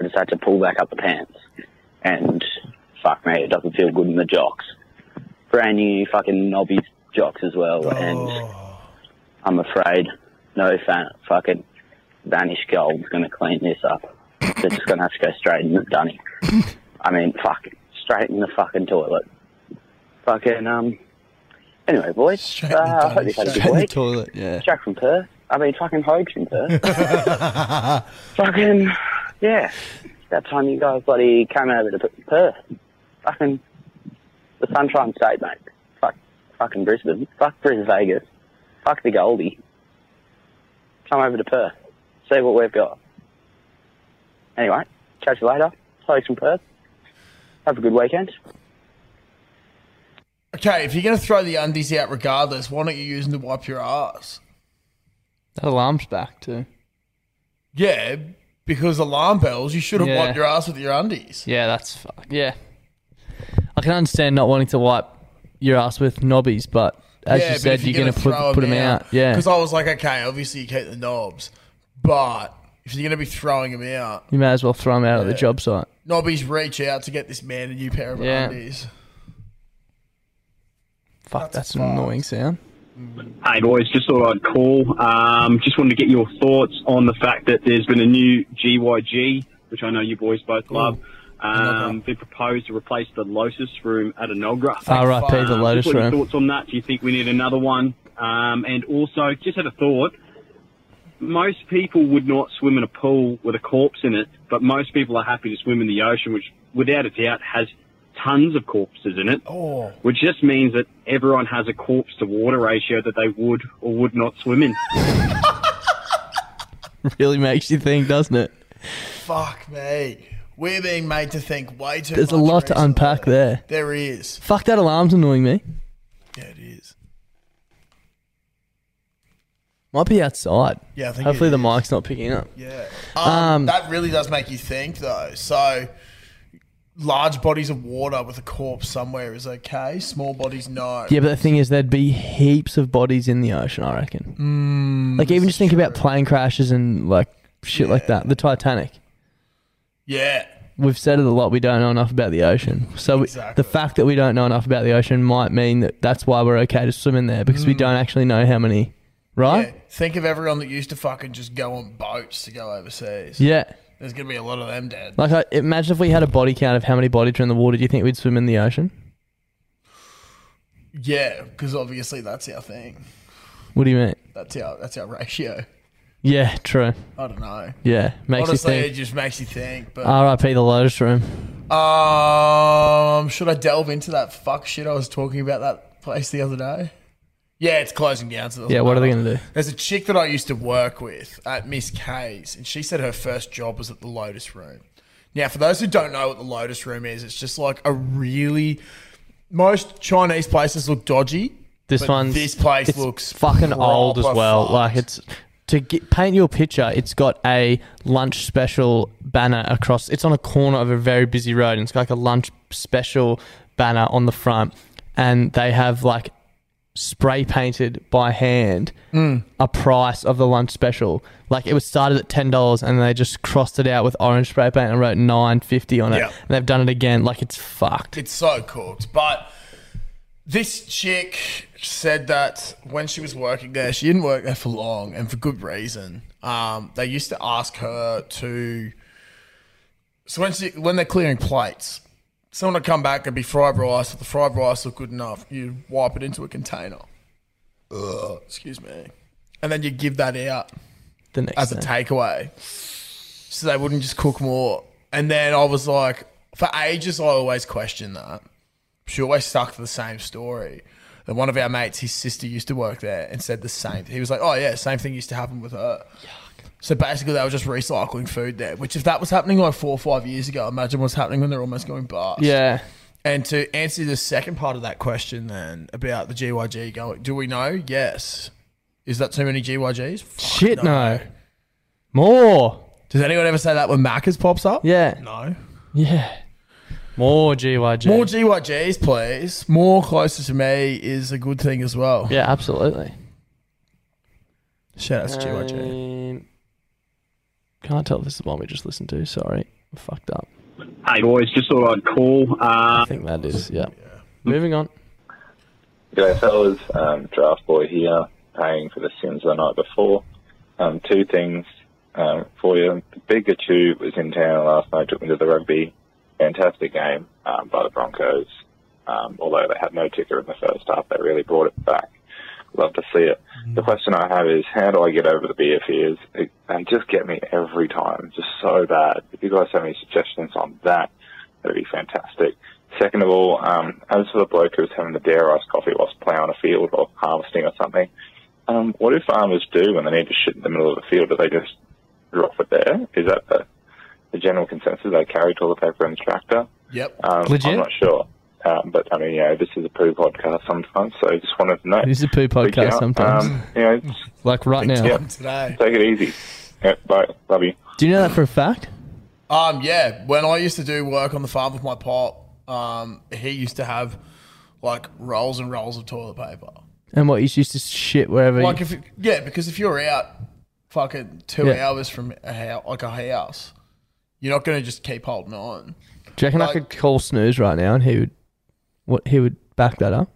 Speaker 7: I just had to pull back up the pants, and fuck me, it doesn't feel good in the jocks. Brand new fucking knobby jocks as well, and
Speaker 1: Oh.
Speaker 7: I'm afraid no fan fucking Vanish Gold's going to clean this up. They're just going to have to go straight in the dunny. I mean, fuck, straight in the fucking toilet. Fucking, um. Anyway, boys, uh, I hope you've had a good
Speaker 1: In the
Speaker 7: week.
Speaker 1: toilet. Yeah.
Speaker 7: Jack from Perth. I mean, fucking Hogs from Perth. fucking, yeah. That time you guys bloody came over to P- Perth. Fucking, the Sunshine State, mate. Fuck, fucking Brisbane. Fuck Brisbane Vegas. Fuck the Goldie. Come over to Perth. See what we've got. Anyway, catch you later. Hogs from Perth. Have a good weekend.
Speaker 2: Okay, if you're gonna throw the undies out regardless, why don't you use them to wipe your ass?
Speaker 1: That alarm's back too.
Speaker 2: Yeah, because alarm bells, you should have
Speaker 1: Yeah.
Speaker 2: wiped your ass with your undies.
Speaker 1: Yeah, that's fuck. Yeah. I can understand not wanting to wipe your ass with knobbies, but as
Speaker 2: yeah,
Speaker 1: you said, you're, going to put, put them out. Yeah.
Speaker 2: Because I was like, okay, obviously you keep the knobs, but if you're gonna be throwing them out,
Speaker 1: you may as well throw them out at the
Speaker 2: Yeah.
Speaker 1: job site.
Speaker 2: knobbies reach out to get this man a new pair of
Speaker 1: Yeah.
Speaker 2: undies.
Speaker 1: Fuck, that's, an annoying sound.
Speaker 8: Hey boys, just thought I'd call. Um, just wanted to get your thoughts on the fact that there's been a new GYG, which I know you boys both love. Um, been proposed to replace the Lotus room at Enogra.
Speaker 1: R.I.P. the
Speaker 8: Um,
Speaker 1: Lotus
Speaker 8: just what are your
Speaker 1: Room.
Speaker 8: thoughts on that? Do you think we need another one? Um, and also, just had a thought. Most people would not swim in a pool with a corpse in it, but most people are happy to swim in the ocean, which without a doubt has tons of corpses in it,
Speaker 2: Oh,
Speaker 8: which just means that everyone has a corpse to water ratio that they would or would not swim in.
Speaker 1: Really makes you think, doesn't it?
Speaker 2: fuck me. We're being made to think way too
Speaker 1: There's a
Speaker 2: much
Speaker 1: lot to
Speaker 2: recently.
Speaker 1: unpack there.
Speaker 2: There is.
Speaker 1: Fuck, that alarm's annoying me.
Speaker 2: Yeah, it is.
Speaker 1: Might be outside.
Speaker 2: Yeah, I think
Speaker 1: Hopefully
Speaker 2: it
Speaker 1: the
Speaker 2: is.
Speaker 1: mic's not picking up.
Speaker 2: Yeah. Um, that really does make you think, though. So, large bodies of water with a corpse somewhere is okay. Small bodies, no.
Speaker 1: Yeah, but the thing is, there'd be heaps of bodies in the ocean. I reckon.
Speaker 2: Mm,
Speaker 1: like even just think about plane crashes and like shit like that. The Titanic.
Speaker 2: Yeah.
Speaker 1: We've said it a lot. We don't know enough about the ocean. So we-
Speaker 2: Exactly.
Speaker 1: the fact that we don't know enough about the ocean might mean that that's why we're okay to swim in there because we don't actually know how many.
Speaker 2: Mm. yeah.
Speaker 1: Right?
Speaker 2: Think of everyone that used to fucking just go on boats to go overseas.
Speaker 1: Yeah.
Speaker 2: There's going to be a lot of them dead.
Speaker 1: Like I, imagine if we had a body count of how many bodies are in the water. Do you think we'd swim in the ocean?
Speaker 2: Yeah, because obviously that's our thing.
Speaker 1: What do you mean?
Speaker 2: That's our that's our ratio.
Speaker 1: Yeah. True.
Speaker 2: I don't know.
Speaker 1: Yeah. Makes
Speaker 2: Honestly,
Speaker 1: you
Speaker 2: it
Speaker 1: think.
Speaker 2: just makes you think. But
Speaker 1: R.I.P. the Lotus Room.
Speaker 2: um, should I delve into that fuck shit I was talking about that place the other day? Yeah, it's closing down. So it doesn't
Speaker 1: Yeah. What are they
Speaker 2: matter.
Speaker 1: gonna do?
Speaker 2: There's a chick that I used to work with at Miss K's, and she said her first job was at the Lotus Room. Now, for those who don't know what the Lotus Room is, it's just like a really. Most Chinese places look dodgy.
Speaker 1: This
Speaker 2: But
Speaker 1: one's
Speaker 2: this place
Speaker 1: it's
Speaker 2: looks
Speaker 1: fucking old as
Speaker 2: proper
Speaker 1: well.
Speaker 2: fucked.
Speaker 1: Like it's to get, paint your picture. It's got a lunch special banner across. It's on a corner of a very busy road, and it's got like a lunch special banner on the front, and they have like spray painted by hand
Speaker 2: Mm.
Speaker 1: a price of the lunch special. Like it was started at ten dollars, and they just crossed it out with orange spray paint and wrote nine fifty on it.
Speaker 2: Yeah.
Speaker 1: And they've done it again. Like it's fucked.
Speaker 2: It's so cooked. But this chick said that when she was working there, she didn't work there for long and for good reason. Um, they used to ask her to. So when, she, when they're clearing plates, someone would come back and be fried rice. If the fried rice looked good enough, you wipe it into a container. Ugh, excuse me. And then you give that out
Speaker 1: The next
Speaker 2: as a
Speaker 1: day.
Speaker 2: takeaway. So they wouldn't just cook more. And then I was like, for ages, I always questioned that. She always stuck to the same story. And one of our mates, his sister used to work there and said the same. He was like, oh, yeah, same thing used to happen with her. So basically, they were just recycling food there, which if that was happening like four or five years ago, imagine what's happening when they're almost going bust.
Speaker 1: Yeah.
Speaker 2: And to answer the second part of that question, then about the GYG going, do we know? Yes. Is that too many GYGs? Fuck
Speaker 1: Shit, no. More.
Speaker 2: Does anyone ever say that when Macca's pops up?
Speaker 1: Yeah.
Speaker 2: No.
Speaker 1: Yeah. More GYG.
Speaker 2: More GYGs, please. More closer to me is a good thing as well.
Speaker 1: yeah, absolutely.
Speaker 2: Shout out to GYG.
Speaker 1: Um, can't tell if this is the one we just listened to. Sorry. I fucked up.
Speaker 8: Hey boys, just thought I'd call. Uh,
Speaker 1: I think that is. Yeah. Moving on.
Speaker 9: G'day, fellas. Um, draft boy here, paying for the sins the night before. Um, two things um, for you. Pikachu was in town last night, took me to the rugby. Fantastic game um, by the Broncos. Um, although they had no ticker in the first half, they really brought it back. Love to see it. The question I have is, how do I get over the beer fears? It, they just get me every time, just so bad. If you guys have any suggestions on that, that'd be fantastic. Second of all, um, as for the bloke who was having the dare ice coffee whilst ploughing a field or harvesting or something, um, what do farmers do when they need to shit in the middle of the field? Do they just drop it there? Is that the, the general consensus? They carry toilet paper in the tractor?
Speaker 2: Yep.
Speaker 9: Um,
Speaker 1: Legit?
Speaker 9: I'm not sure. Um, but I mean, you know, this is a poo podcast sometimes, so I just wanted to know.
Speaker 1: It is a poo
Speaker 9: Freak
Speaker 1: podcast
Speaker 9: out.
Speaker 1: sometimes.
Speaker 9: Um, you know, just
Speaker 1: Like right now.
Speaker 9: Yeah.
Speaker 2: Today.
Speaker 9: take it easy. Yeah, bye. Love you.
Speaker 1: Do you know that for a fact?
Speaker 2: Um, yeah, when I used to do work on the farm with my pop, um, he used to have like rolls and rolls of toilet paper.
Speaker 1: And what you used to shit wherever.
Speaker 2: Like
Speaker 1: you,
Speaker 2: if yeah, because if you're out fucking two
Speaker 1: Yeah.
Speaker 2: hours from a house, like a house, you're not gonna just keep holding on.
Speaker 1: do you reckon I
Speaker 2: like-
Speaker 1: could call Snooze right now and he would, what he would back that up?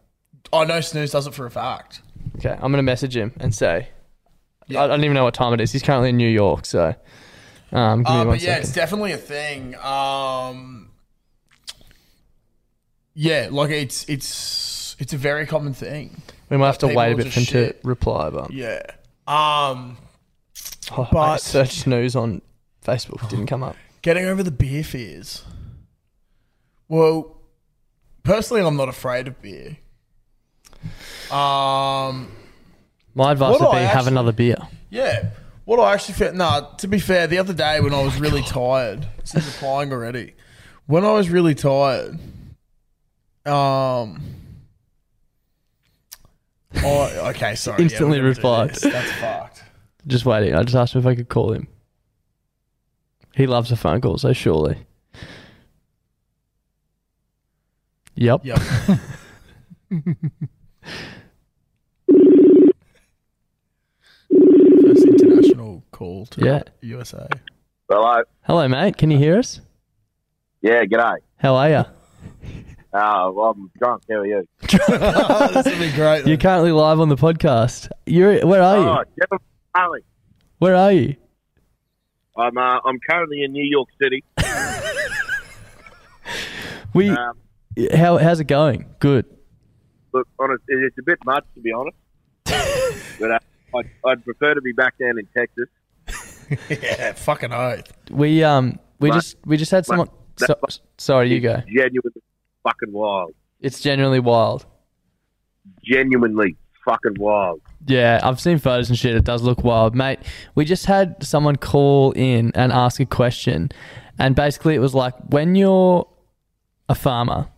Speaker 2: I know Oh, Snooze does it for a fact.
Speaker 1: Okay, I'm gonna message him and say,
Speaker 2: Yeah.
Speaker 1: I, I don't even know what time it is. He's currently in New York, so um, give me
Speaker 2: Uh,
Speaker 1: one
Speaker 2: but yeah,
Speaker 1: second.
Speaker 2: it's definitely a thing. Um, yeah, like it's it's it's a very common thing.
Speaker 1: we might have to
Speaker 2: people
Speaker 1: wait a
Speaker 2: will
Speaker 1: bit
Speaker 2: just
Speaker 1: for him to
Speaker 2: shit.
Speaker 1: reply, but,
Speaker 2: Yeah. Um,
Speaker 1: oh, I
Speaker 2: But-
Speaker 1: searched Snooze on Facebook, didn't come up.
Speaker 2: Getting over the beer fears. Well, personally, I'm not afraid of beer. Um,
Speaker 1: My advice
Speaker 2: What do
Speaker 1: would be
Speaker 2: I
Speaker 1: have
Speaker 2: actually-
Speaker 1: another beer.
Speaker 2: yeah. What I actually felt, nah, to be fair, the other day when I was really tired, this is applying already. When I was really tired, um, I, okay, sorry. yeah,
Speaker 1: Instantly
Speaker 2: we're gonna do
Speaker 1: replied.
Speaker 2: this. That's fucked.
Speaker 1: Just waiting. I just asked him if I could call him. He loves a phone call, so surely. Yep.
Speaker 2: Yep. First international call to
Speaker 1: Yeah.
Speaker 2: USA.
Speaker 9: Hello.
Speaker 1: Hello, mate. Can you hear us?
Speaker 9: Yeah, g'day.
Speaker 1: How are you?
Speaker 9: Uh, well, I'm drunk. How are you?
Speaker 2: Oh, this would be great.
Speaker 1: You're currently live on the podcast. You're where are
Speaker 10: Oh,
Speaker 1: you?
Speaker 9: Oh, Kevin Farley.
Speaker 1: Where are you?
Speaker 9: I'm, uh, I'm currently in New York City.
Speaker 1: We how how's it going? Good.
Speaker 9: Look, honest, it- it's a bit much, to be honest. but uh, I'd, I'd prefer to be back down in Texas.
Speaker 2: yeah, fucking oath.
Speaker 1: We um we
Speaker 9: Right.
Speaker 1: just we just had someone.
Speaker 9: That's
Speaker 1: So, sorry, you go.
Speaker 9: Genuinely fucking wild.
Speaker 1: It's genuinely wild.
Speaker 9: Genuinely fucking wild.
Speaker 1: Yeah, I've seen photos and shit. It does look wild, mate. We just had someone call in and ask a question, and basically it was like when you're a farmer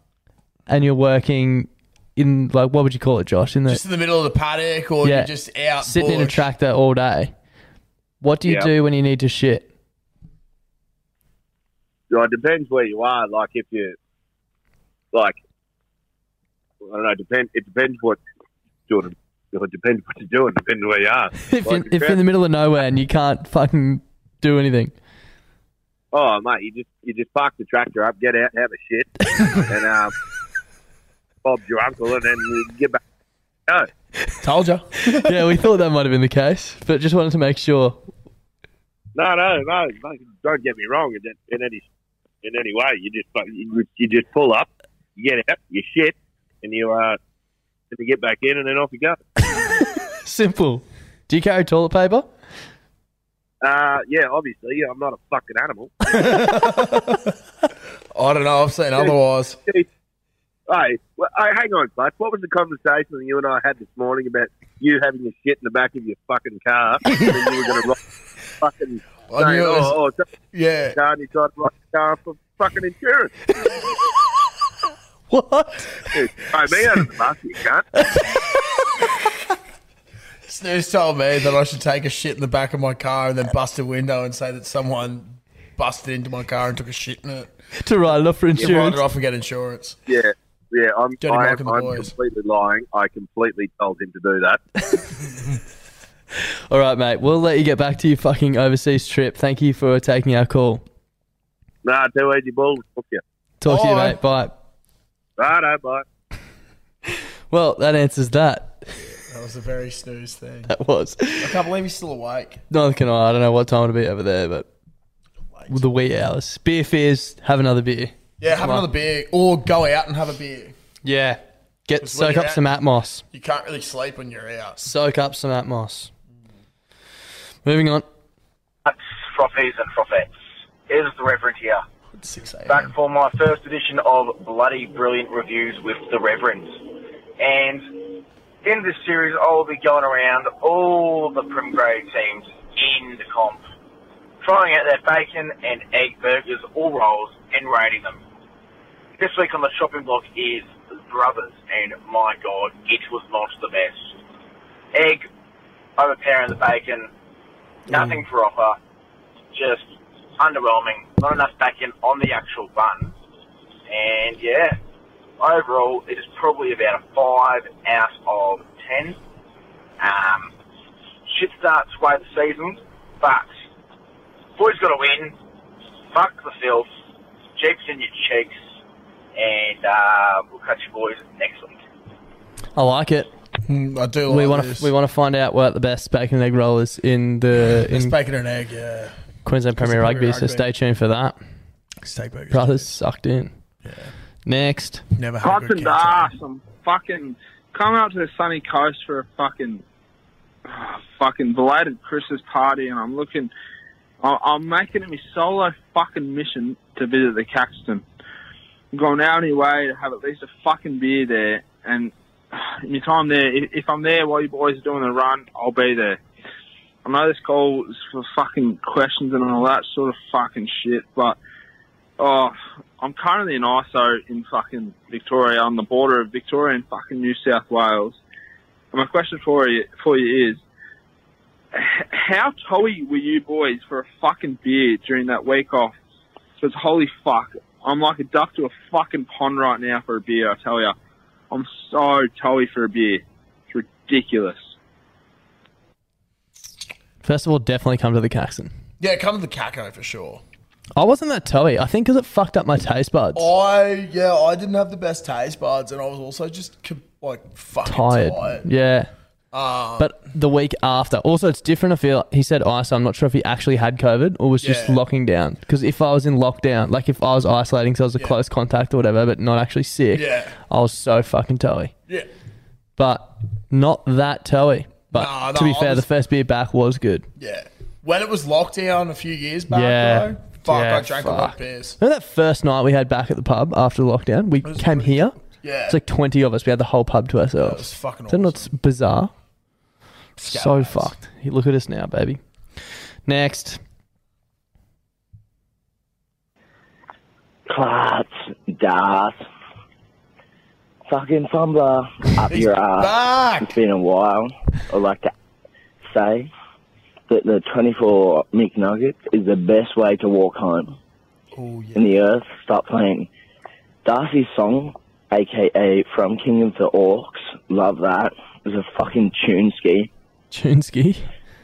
Speaker 1: and you're working in like what would you call it, Josh? In the
Speaker 2: Just in the middle of the paddock, or
Speaker 1: Yeah.
Speaker 2: you're just out
Speaker 1: sitting in a
Speaker 2: bush.
Speaker 1: tractor all day. What do you
Speaker 9: Yeah.
Speaker 1: do when you need to shit?
Speaker 9: Well, it depends where you are. Like, if you, like, I don't know, depend, it depends what sort of, it depends what you're doing, depends where you are.
Speaker 1: If,
Speaker 9: Like,
Speaker 1: you're, if you're in the middle of nowhere and you can't fucking do anything.
Speaker 9: Oh mate, you just you just park the tractor up, get out, have a shit, and um, Bob's your uncle, and then you get back. No,
Speaker 2: Told you.
Speaker 1: yeah, we thought that might have been the case, but just wanted to make sure.
Speaker 9: no, no, no. no, Don't get me wrong. In, in any in any way, you just fuck- you, you just pull up, you get out, you shit, and you uh, and you get back in, and then off you go.
Speaker 1: Simple. Do you carry toilet paper?
Speaker 9: Uh, yeah, obviously, I'm not a fucking animal.
Speaker 2: I don't know. I've seen otherwise.
Speaker 9: Jeez.
Speaker 10: Hey, well, hey, hang on, Clutch. What was the conversation that you and I had this morning about you having your shit in the back of your fucking car and you were going to rock fucking...
Speaker 2: I knew
Speaker 10: saying,
Speaker 2: it was-
Speaker 10: oh, oh,
Speaker 2: yeah.
Speaker 10: Car and you tried to rock the car for fucking insurance.
Speaker 1: What?
Speaker 10: Dude, throw me out of the bus, you cunt.
Speaker 2: Snooze told me that I should take a shit in the back of my car and then bust a window and say that someone busted into my car and took a shit in it.
Speaker 1: to write it off for
Speaker 2: You write
Speaker 1: insurance.
Speaker 2: it off and get insurance.
Speaker 10: Yeah, yeah. I'm,
Speaker 2: Johnny
Speaker 10: I
Speaker 2: Malcolm
Speaker 10: am,
Speaker 2: the
Speaker 10: I'm
Speaker 2: boys.
Speaker 10: completely lying. I completely told him to do that.
Speaker 1: All right, mate. We'll let you get back to your fucking overseas trip. Thank you for taking our call.
Speaker 10: nah, too easy balls. Fuck you.
Speaker 1: Talk to you,
Speaker 2: Bye.
Speaker 1: mate. Bye.
Speaker 10: Righto, bye.
Speaker 1: Well, that answers that.
Speaker 2: That was a very snooze thing.
Speaker 1: That was.
Speaker 2: I can't believe he's still awake.
Speaker 1: Neither can I. I don't know what time to be over there, but with the wee hours. Beer fears. Have another beer.
Speaker 2: Yeah, have
Speaker 1: Come on.
Speaker 2: another beer or go out and have a beer.
Speaker 1: Yeah. Get
Speaker 2: when
Speaker 1: soak
Speaker 2: you're
Speaker 1: up
Speaker 2: out-
Speaker 1: some Atmos.
Speaker 2: You can't really sleep when you're out.
Speaker 1: Soak up some Atmos. Moving on.
Speaker 11: frothies and frothettes. It is the Reverend here,
Speaker 2: It's 6
Speaker 11: back
Speaker 2: a.m.
Speaker 11: for my first edition of Bloody Brilliant Reviews with the Reverend. And in this series, I will be going around all the Prim Grade teams in the comp, trying out their bacon and egg burgers or rolls and rating them. This week on the shopping block is Brothers, and my god, it was not the best. Egg overpowering the bacon, nothing for offer, just underwhelming. Not enough backing on the actual bun. And yeah, overall, it is probably about a 5 out of 10. Um, shit starts way the season, but boys got to win. Fuck the filth. Jeeps in your cheeks. And uh, we'll catch you boys next week.
Speaker 1: I like it.
Speaker 2: Mm, I do like
Speaker 1: We want
Speaker 2: this.
Speaker 1: to we want to find out what the best bacon and egg roll is in the
Speaker 2: It's
Speaker 1: in
Speaker 2: bacon and egg, yeah.
Speaker 1: Queensland Premier
Speaker 2: Premier
Speaker 1: Rugby, So
Speaker 2: Rugby.
Speaker 1: stay tuned for that.
Speaker 2: Steak burgers.
Speaker 1: Brothers sucked in. Next.
Speaker 2: Never had a
Speaker 12: Cotton
Speaker 2: good canteen.
Speaker 12: ass. I'm fucking come out to the sunny coast for a fucking ah, fucking belated Christmas party, and I'm looking. I- I'm making it my solo fucking mission to visit the Caxton. I'm going out anyway to have at least a fucking beer there, and ah, in my time there, if, if I'm there while you boys are doing the run, I'll be there. I know this call is for fucking questions and all that sort of fucking shit, but oh, I'm currently in ISO in fucking Victoria, on the border of Victoria and fucking New South Wales. And my question for you, for you is, h- how toey were you boys for a fucking beer during that week off? Because holy fuck, I'm like a duck to a fucking pond right now for a beer, I tell ya. I'm so toey for a beer. It's ridiculous.
Speaker 1: First of all, definitely come to the Caxton.
Speaker 2: Yeah, come to the Caco for sure.
Speaker 1: I wasn't that toey. I think because it fucked up my taste buds.
Speaker 2: I yeah, I didn't have the best taste buds, and I was also just com- like fucking
Speaker 1: tired.
Speaker 2: tired.
Speaker 1: Yeah.
Speaker 2: Um,
Speaker 1: but the week after, also it's different. I feel he said ice. I'm not sure if he actually had COVID or was just
Speaker 2: Yeah.
Speaker 1: locking down. Because if I was in lockdown, like if I was isolating, so I was a close contact or whatever, but not actually sick,
Speaker 2: Yeah.
Speaker 1: I was so fucking toey.
Speaker 2: Yeah.
Speaker 1: But not that toey. But
Speaker 2: Nah,
Speaker 1: to
Speaker 2: nah,
Speaker 1: be
Speaker 2: I
Speaker 1: fair,
Speaker 2: was-
Speaker 1: the first beer back was good.
Speaker 2: Yeah, when it was lockdown a few years back,
Speaker 1: Yeah.
Speaker 2: though, fuck,
Speaker 1: Yeah,
Speaker 2: I drank a lot
Speaker 1: fuck.
Speaker 2: of beers.
Speaker 1: Remember that first night we had back at the pub after lockdown? We came here.
Speaker 2: Yeah.
Speaker 1: It's like 20 of us. We had the whole pub to ourselves.
Speaker 2: was fucking
Speaker 1: Isn't that not bizarre? So fucked. Hey, Look at us now, baby. Next.
Speaker 13: Clutch, Das, fucking Fumbler, up your ass. It's been a while. I'd like to say that the 24 McNuggets is the best way to walk home.
Speaker 2: Oh, yeah.
Speaker 13: In the earth, stop playing Darcy's song, aka From King of the Orcs. Love that. It's a fucking tune ski.
Speaker 1: Chunsky.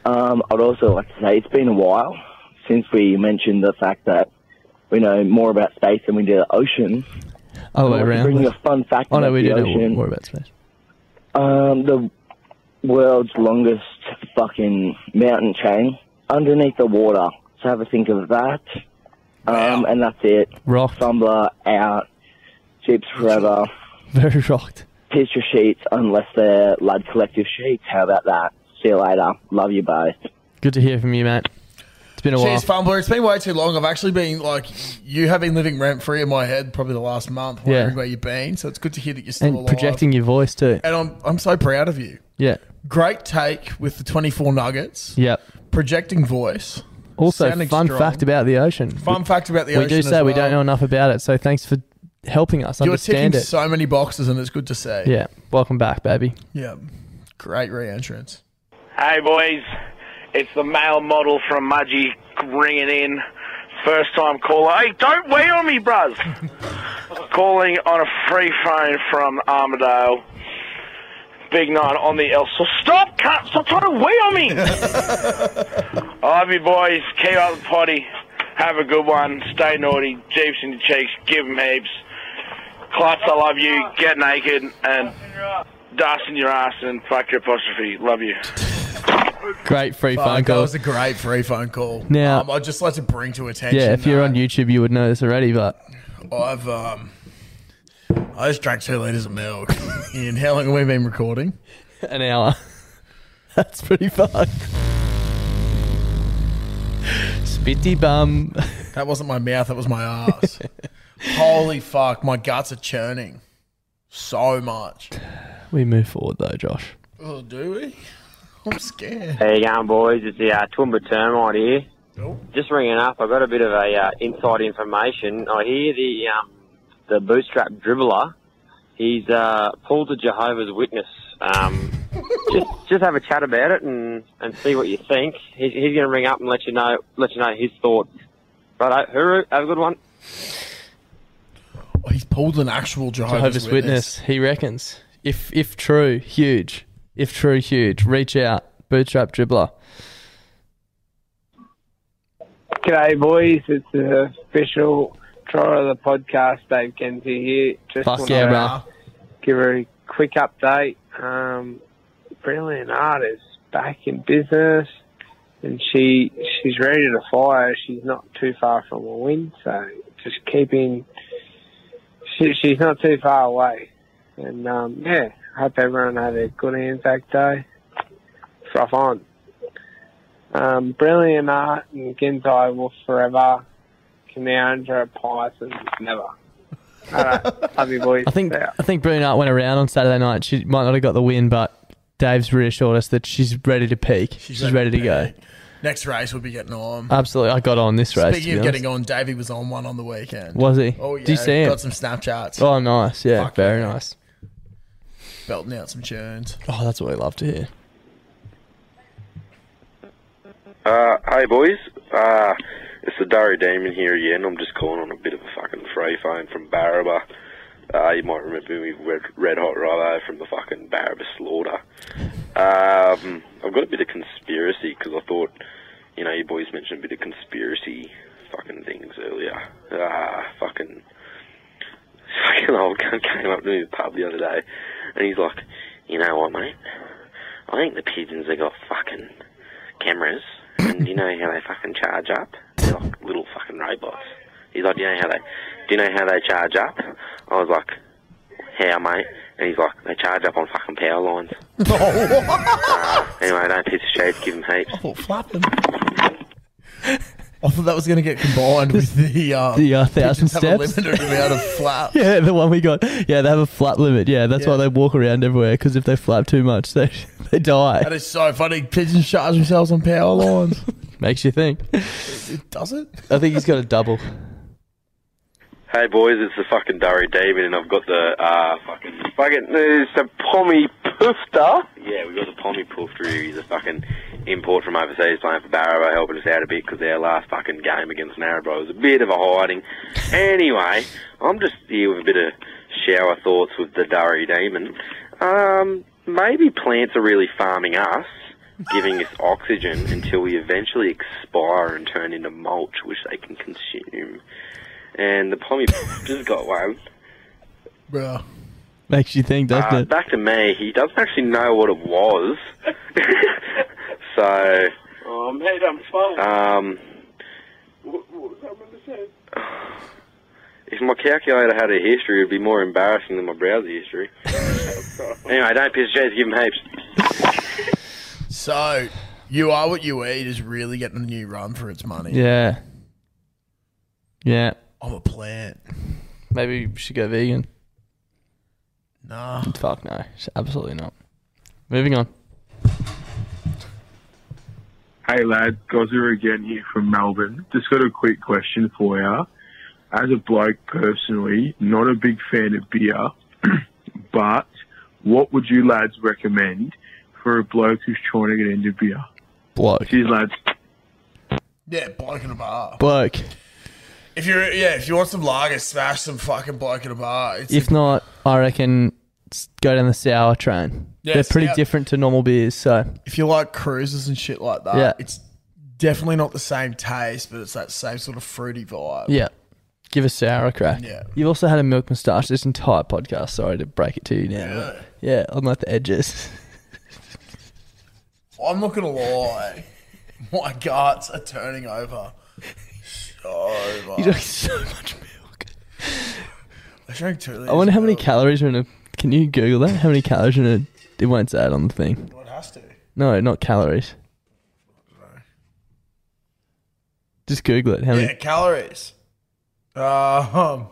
Speaker 13: Um, I'd also like to say it's been a while since we mentioned the fact that we know more about space than we did the ocean.
Speaker 1: Other way
Speaker 13: I'd like to
Speaker 1: around.
Speaker 13: Bring you a fun fact
Speaker 1: Oh, no,
Speaker 13: about
Speaker 1: we
Speaker 13: the
Speaker 1: did know
Speaker 13: ocean.
Speaker 1: more about space.
Speaker 13: Um, the world's longest fucking mountain chain underneath the water. So have a think of that. Um, and that's it.
Speaker 1: Rocked.
Speaker 13: Thumbler out. Chips forever.
Speaker 1: Very rocked.
Speaker 13: Picture sheets, unless they're Lud Collective sheets. How about that? See you later. Love you both.
Speaker 1: Good to hear from you, mate. It's been a while.
Speaker 2: Cheers, Fumbler. It's been way too long. I've actually been like, you have been living rent free in my head probably the last month,
Speaker 1: Yeah.
Speaker 2: wondering where you've been. So it's good to hear that you're still
Speaker 1: and
Speaker 2: alive.
Speaker 1: projecting your voice too.
Speaker 2: And I'm I'm so proud of you.
Speaker 1: Yeah.
Speaker 2: Great take with the 24 nuggets.
Speaker 1: Yep.
Speaker 2: Projecting voice.
Speaker 1: Also,
Speaker 2: Sounding
Speaker 1: fun
Speaker 2: strong.
Speaker 1: fact about the ocean.
Speaker 2: Fun fact about the
Speaker 1: we
Speaker 2: ocean
Speaker 1: do
Speaker 2: as
Speaker 1: say we don't
Speaker 2: well.
Speaker 1: know enough about it, so thanks for helping us
Speaker 2: You're ticking
Speaker 1: understand it.
Speaker 2: so many boxes, and it's good to see.
Speaker 1: yeah, welcome back, baby.
Speaker 2: Yeah. Great re-entrance.
Speaker 14: Hey boys, it's the male model from Mudgee ringing in. First time caller. Hey, don't wait on me, bruz. Calling on a free phone from Armadale. Big nine on the L. So stop, cut, stop trying to wait on me. Love you boys. Keep up the potty. Have a good one. Stay naughty. Jeeps in your cheeks. Give 'em heaps. Klutz, I love you. Get naked and dust in your ass and fuck your apostrophe. Love you.
Speaker 1: Great free
Speaker 2: Fuck,
Speaker 1: phone
Speaker 2: That
Speaker 1: call.
Speaker 2: was a great free phone call.
Speaker 1: Now-
Speaker 2: um, I'd just like to bring to attention.
Speaker 1: yeah, if you're on YouTube, you would know this already, but
Speaker 2: I've um, I just drank two liters of milk. and how long have we been recording?
Speaker 1: An hour. That's pretty fun. Spitty bum.
Speaker 2: That wasn't my mouth. That was my ass. Holy fuck! My guts are churning so much.
Speaker 1: we move forward though, Josh.
Speaker 2: Oh, do we? I'm scared.
Speaker 15: How you going, boys? It's the uh, Toowoomba Termite here. Just ringing up. I've got a bit of a uh, inside information. I hear the um, the bootstrap dribbler. He's uh, pulled a Jehovah's Witness. Um, just just have a chat about it and, and see what you think. He's, he's going to ring up and let you know let you know his thoughts. Righto, Huru, have a good one.
Speaker 2: He's pulled an actual Jehovah's,
Speaker 1: Jehovah's Witness. He reckons if if true, huge. If true, huge. Reach out, bootstrap dribbler.
Speaker 16: G'day, boys. It's the official Trotter of the podcast, Dave Kenzie here. Just
Speaker 1: Fuck
Speaker 16: wanna,
Speaker 1: yeah,
Speaker 16: uh, Give a quick update. Um, brilliant artist back in business, and she she's ready to fire. She's not too far from a win, so just keeping. She, she's not too far away, and um, yeah, hope everyone had a good Anzac Day. Froth on. Um, brilliant art and Genzai will forever. Commandra Python never. All right, love you boys.
Speaker 1: I think I think Brunart went around on Saturday night. She might not have got the win, but Dave's reassured us that she's ready to peak. She's, ready, to go.
Speaker 2: Next race we'll be getting on.
Speaker 1: Absolutely, I got on this race. to
Speaker 2: Speaking
Speaker 1: be
Speaker 2: of
Speaker 1: honest.
Speaker 2: getting on, Davey was on one on the weekend.
Speaker 1: Was he?
Speaker 2: Oh yeah.
Speaker 1: Did you see him?
Speaker 2: Got some Snapchats.
Speaker 1: Oh, nice. Yeah, very nice.
Speaker 2: Belting out some churns.
Speaker 1: Oh, that's what we love to hear.
Speaker 17: Uh, hey boys, uh, it's the Darry Demon here again. I'm just calling on a bit of a fucking free phone from Baraba. Uh, you might remember me, Red, Red Hot Rider from the fucking Baraba Slaughter. Um, I've got a bit of conspiracy because I thought, you know, you boys mentioned a bit of conspiracy fucking things earlier. Ah, fucking, fucking old cunt came up to me in the pub the other day, and he's like, you know what, mate? I think the pigeons have got fucking cameras, and do you know how they fucking charge up? They're like little fucking robots. He's like, do you know how they, do you know how they charge up? I was like, how, mate? And he's like, they charge up on fucking power lines.
Speaker 3: Oh.
Speaker 17: Uh, anyway, don't piece of shit, give him heaps.
Speaker 2: I thought flapping. I thought that was going to get combined with the uh,
Speaker 1: The, uh, thousand
Speaker 2: pigeons have
Speaker 1: steps.
Speaker 2: A limited amount of flap.
Speaker 1: Yeah, the one we got. Yeah, they have a flap limit. Yeah, that's
Speaker 2: Uh, Yeah.
Speaker 1: why they walk around everywhere because if they flap too much, they they die.
Speaker 2: That is so funny. Pigeons charge themselves on power lines.
Speaker 1: Makes you think.
Speaker 2: it does it.
Speaker 1: I think he's got a double.
Speaker 17: Hey boys, it's the fucking Darry Demon, and I've got the uh, fucking fucking it's the Pommy Poofter. Yeah, we got the Pommy Poofter. who He's a fucking import from overseas, playing for Barrow, helping us out a bit because our last fucking game against Narrabri was a bit of a hiding. Anyway, I'm just here with a bit of shower thoughts with the Darry Demon. Um, maybe plants are really farming us, giving us oxygen until we eventually expire and turn into mulch, which they can consume and the pommy just got one.
Speaker 2: Bro.
Speaker 1: Makes you think, doesn't
Speaker 17: Uh,
Speaker 1: it?
Speaker 17: back to me. He doesn't actually know what it was. so,
Speaker 14: Oh, mate, I'm fine.
Speaker 17: um,
Speaker 14: what, what was I going to say?
Speaker 17: if my calculator had a history, it'd be more embarrassing than my browser history. anyway, don't piss your shades, give him heaps.
Speaker 2: So You are what you eat is really getting a new run for its money.
Speaker 1: Yeah. Yeah.
Speaker 2: I'm a plant.
Speaker 1: Maybe we should go vegan.
Speaker 2: Nah.
Speaker 1: Fuck no. Absolutely not. Moving on.
Speaker 18: Hey lad, Gozza again here from Melbourne. Just got a quick question for you. As a bloke personally, not a big fan of beer, but what would you lads recommend for a bloke who's trying to get into beer?
Speaker 1: Bloke.
Speaker 18: Cheers lads.
Speaker 2: Yeah, bloke in a bar.
Speaker 1: Bloke.
Speaker 2: If you're yeah, if you want some lager, smash some fucking bloke in a bar. It's
Speaker 1: If not, I reckon s- go down the sour train.
Speaker 2: Yeah,
Speaker 1: They're pretty
Speaker 2: sour-
Speaker 1: different to normal beers, so
Speaker 2: if you like cruises and shit like that,
Speaker 1: Yeah.
Speaker 2: it's definitely not the same taste, but it's that same sort of fruity vibe.
Speaker 1: yeah. Give a sour a crack.
Speaker 2: Uh, Yeah.
Speaker 1: You've also had a milk moustache this entire podcast. Sorry to break it to you now.
Speaker 2: Really?
Speaker 1: but Yeah, on like the edges.
Speaker 2: I'm not gonna lie, my guts are turning over. So much.
Speaker 1: You drank so much
Speaker 2: milk. I drank two liters.
Speaker 1: I wonder how many calories are in a. Can you Google that? How many calories are in a. It won't say it on the thing.
Speaker 2: It has to.
Speaker 1: No, not calories. Just Google it. How
Speaker 2: yeah,
Speaker 1: many?
Speaker 2: calories. Uh, um,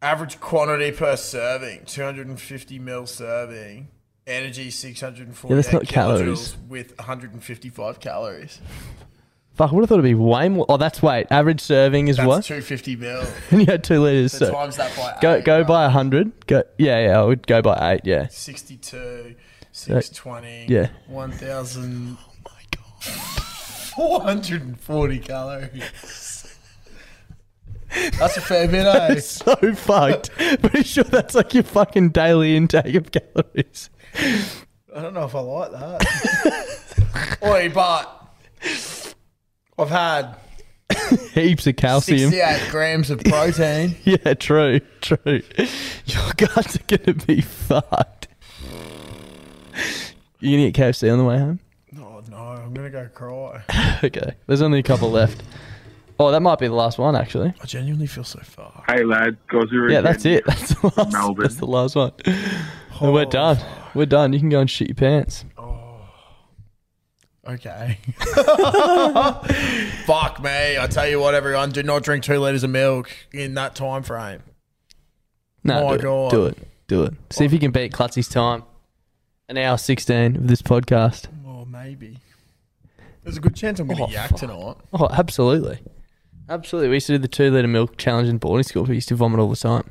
Speaker 2: average quantity per serving: 250 mil serving. Energy: 640
Speaker 1: Yeah, that's not
Speaker 2: kilojoules
Speaker 1: calories.
Speaker 2: with 155 calories.
Speaker 1: Fuck, I would have thought it'd be way more. Oh, that's weight. Average serving is
Speaker 2: That's
Speaker 1: what?
Speaker 2: 250 mil.
Speaker 1: and you had two liters.
Speaker 2: So
Speaker 1: So,
Speaker 2: times that by
Speaker 1: go
Speaker 2: eight,
Speaker 1: go by hundred. Go yeah yeah. I would go by eight. Yeah.
Speaker 2: 62,
Speaker 1: So-
Speaker 2: 620,
Speaker 1: yeah.
Speaker 2: 1,000. Oh my god. 440 calories. That's a fair bit, eh?
Speaker 1: That's so fucked. Pretty sure that's like your fucking daily intake of calories.
Speaker 2: I don't know if I like that. Oi, but I've had
Speaker 1: Heaps of calcium.
Speaker 2: 68 grams of protein.
Speaker 1: Yeah, true, true. Your guts are gonna be fucked. You gonna get KFC on the way home?
Speaker 2: Oh no, I'm gonna go cry.
Speaker 1: okay. There's only a couple left. Oh, that might be the last one actually.
Speaker 2: I genuinely feel so far.
Speaker 18: Hey lad, Gozza
Speaker 1: Yeah,
Speaker 18: again.
Speaker 1: that's it. That's the last. That's the last one. And we're done. We're done. You can go and shit your pants.
Speaker 2: Oh Okay. Fuck me. I tell you what, everyone, do not drink two liters of milk in that time frame.
Speaker 1: No,
Speaker 2: My
Speaker 1: do,
Speaker 2: God.
Speaker 1: It. do it. Do it. See if you can beat Klutzy's time. An hour sixteen of this podcast.
Speaker 2: Or maybe. There's a good chance I'm gonna yak tonight.
Speaker 1: Oh, absolutely. Absolutely. We used to do the two liter milk challenge in boarding school. We used to vomit all the time.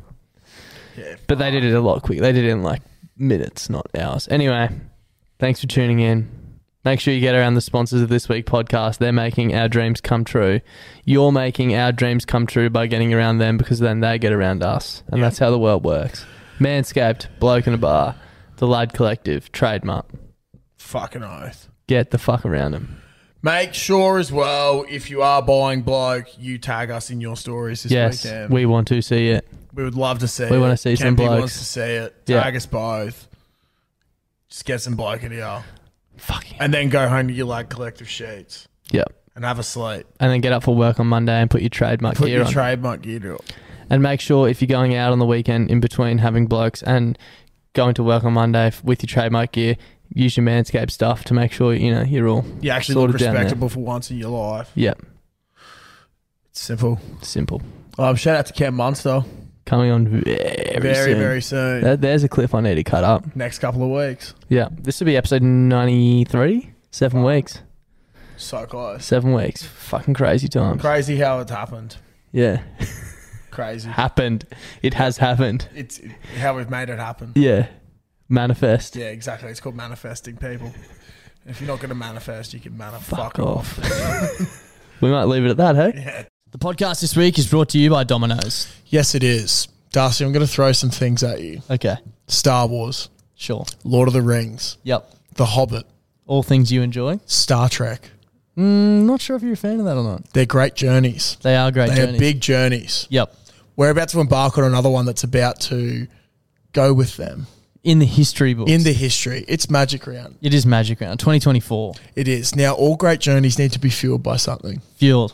Speaker 2: Yeah.
Speaker 1: But they did it a lot quicker. They did it in like minutes, not hours. Anyway, thanks for tuning in. Make sure you get around the sponsors of this week's podcast. They're making our dreams come true. You're making our dreams come true by getting around them because then they get around us. And that's how the world works. Manscaped, Bloke in a Bar, The Lad Collective, Trademark.
Speaker 2: Fucking oath.
Speaker 1: Get the fuck around them.
Speaker 2: Make sure as well, if you are buying bloke, you tag us in your stories this
Speaker 1: yes,
Speaker 2: weekend.
Speaker 1: we want to see it.
Speaker 2: We would love to see it.
Speaker 1: We want to see some
Speaker 2: Kempy
Speaker 1: blokes.
Speaker 2: wants to see it.
Speaker 1: Yeah.
Speaker 2: Tag us both. Just get some bloke in here. Fucking. And then go home to your like collective sheets
Speaker 1: Yep.
Speaker 2: and have a sleep.
Speaker 1: And then get up for work on Monday and put your trademark
Speaker 2: Put
Speaker 1: gear
Speaker 2: your
Speaker 1: on.
Speaker 2: trademark gear to it.
Speaker 1: and make sure if you're going out on the weekend in between having blokes and going to work on Monday f- with your trademark gear, use your Manscaped stuff to make sure you know you're all
Speaker 2: You actually
Speaker 1: sorted
Speaker 2: look
Speaker 1: down there.
Speaker 2: respectable for once in your life.
Speaker 1: Yep.
Speaker 2: Simple.
Speaker 1: Simple.
Speaker 2: Um, shout out to Cam Munster.
Speaker 1: Coming on very
Speaker 2: Very,
Speaker 1: soon.
Speaker 2: very soon.
Speaker 1: There- there's a clip I need to cut up.
Speaker 2: Next couple of weeks.
Speaker 1: Yeah, this will be episode 93. Seven weeks.
Speaker 2: So close.
Speaker 1: Seven weeks. Fucking crazy times.
Speaker 2: Crazy how it's happened.
Speaker 1: Yeah.
Speaker 2: Crazy.
Speaker 1: happened. It has happened.
Speaker 2: It's how we've made it happen.
Speaker 1: Yeah. Manifest.
Speaker 2: Yeah, exactly. It's called manifesting people. If you're not going to manifest, you can manifest.
Speaker 1: Fuck off. we might leave it at that, hey?
Speaker 4: The podcast this week is brought to you by Domino's.
Speaker 2: Yes, it is. Darcy, I'm going to throw some things at you.
Speaker 4: Okay.
Speaker 2: Star Wars.
Speaker 4: Sure.
Speaker 2: Lord of the Rings.
Speaker 4: Yep.
Speaker 2: The Hobbit.
Speaker 4: All things you enjoy.
Speaker 2: Star Trek.
Speaker 4: Mm, not sure if you're a fan of that or not.
Speaker 2: They're great journeys.
Speaker 4: They are great
Speaker 2: They
Speaker 4: journeys.
Speaker 2: are big journeys.
Speaker 4: Yep.
Speaker 2: We're about to embark on another one that's about to go with them.
Speaker 4: In the history books.
Speaker 2: In the history. It's magic round.
Speaker 4: It is Magic Round 2024.
Speaker 2: It is. Now, all great journeys need to be fueled by something.
Speaker 4: Fueled.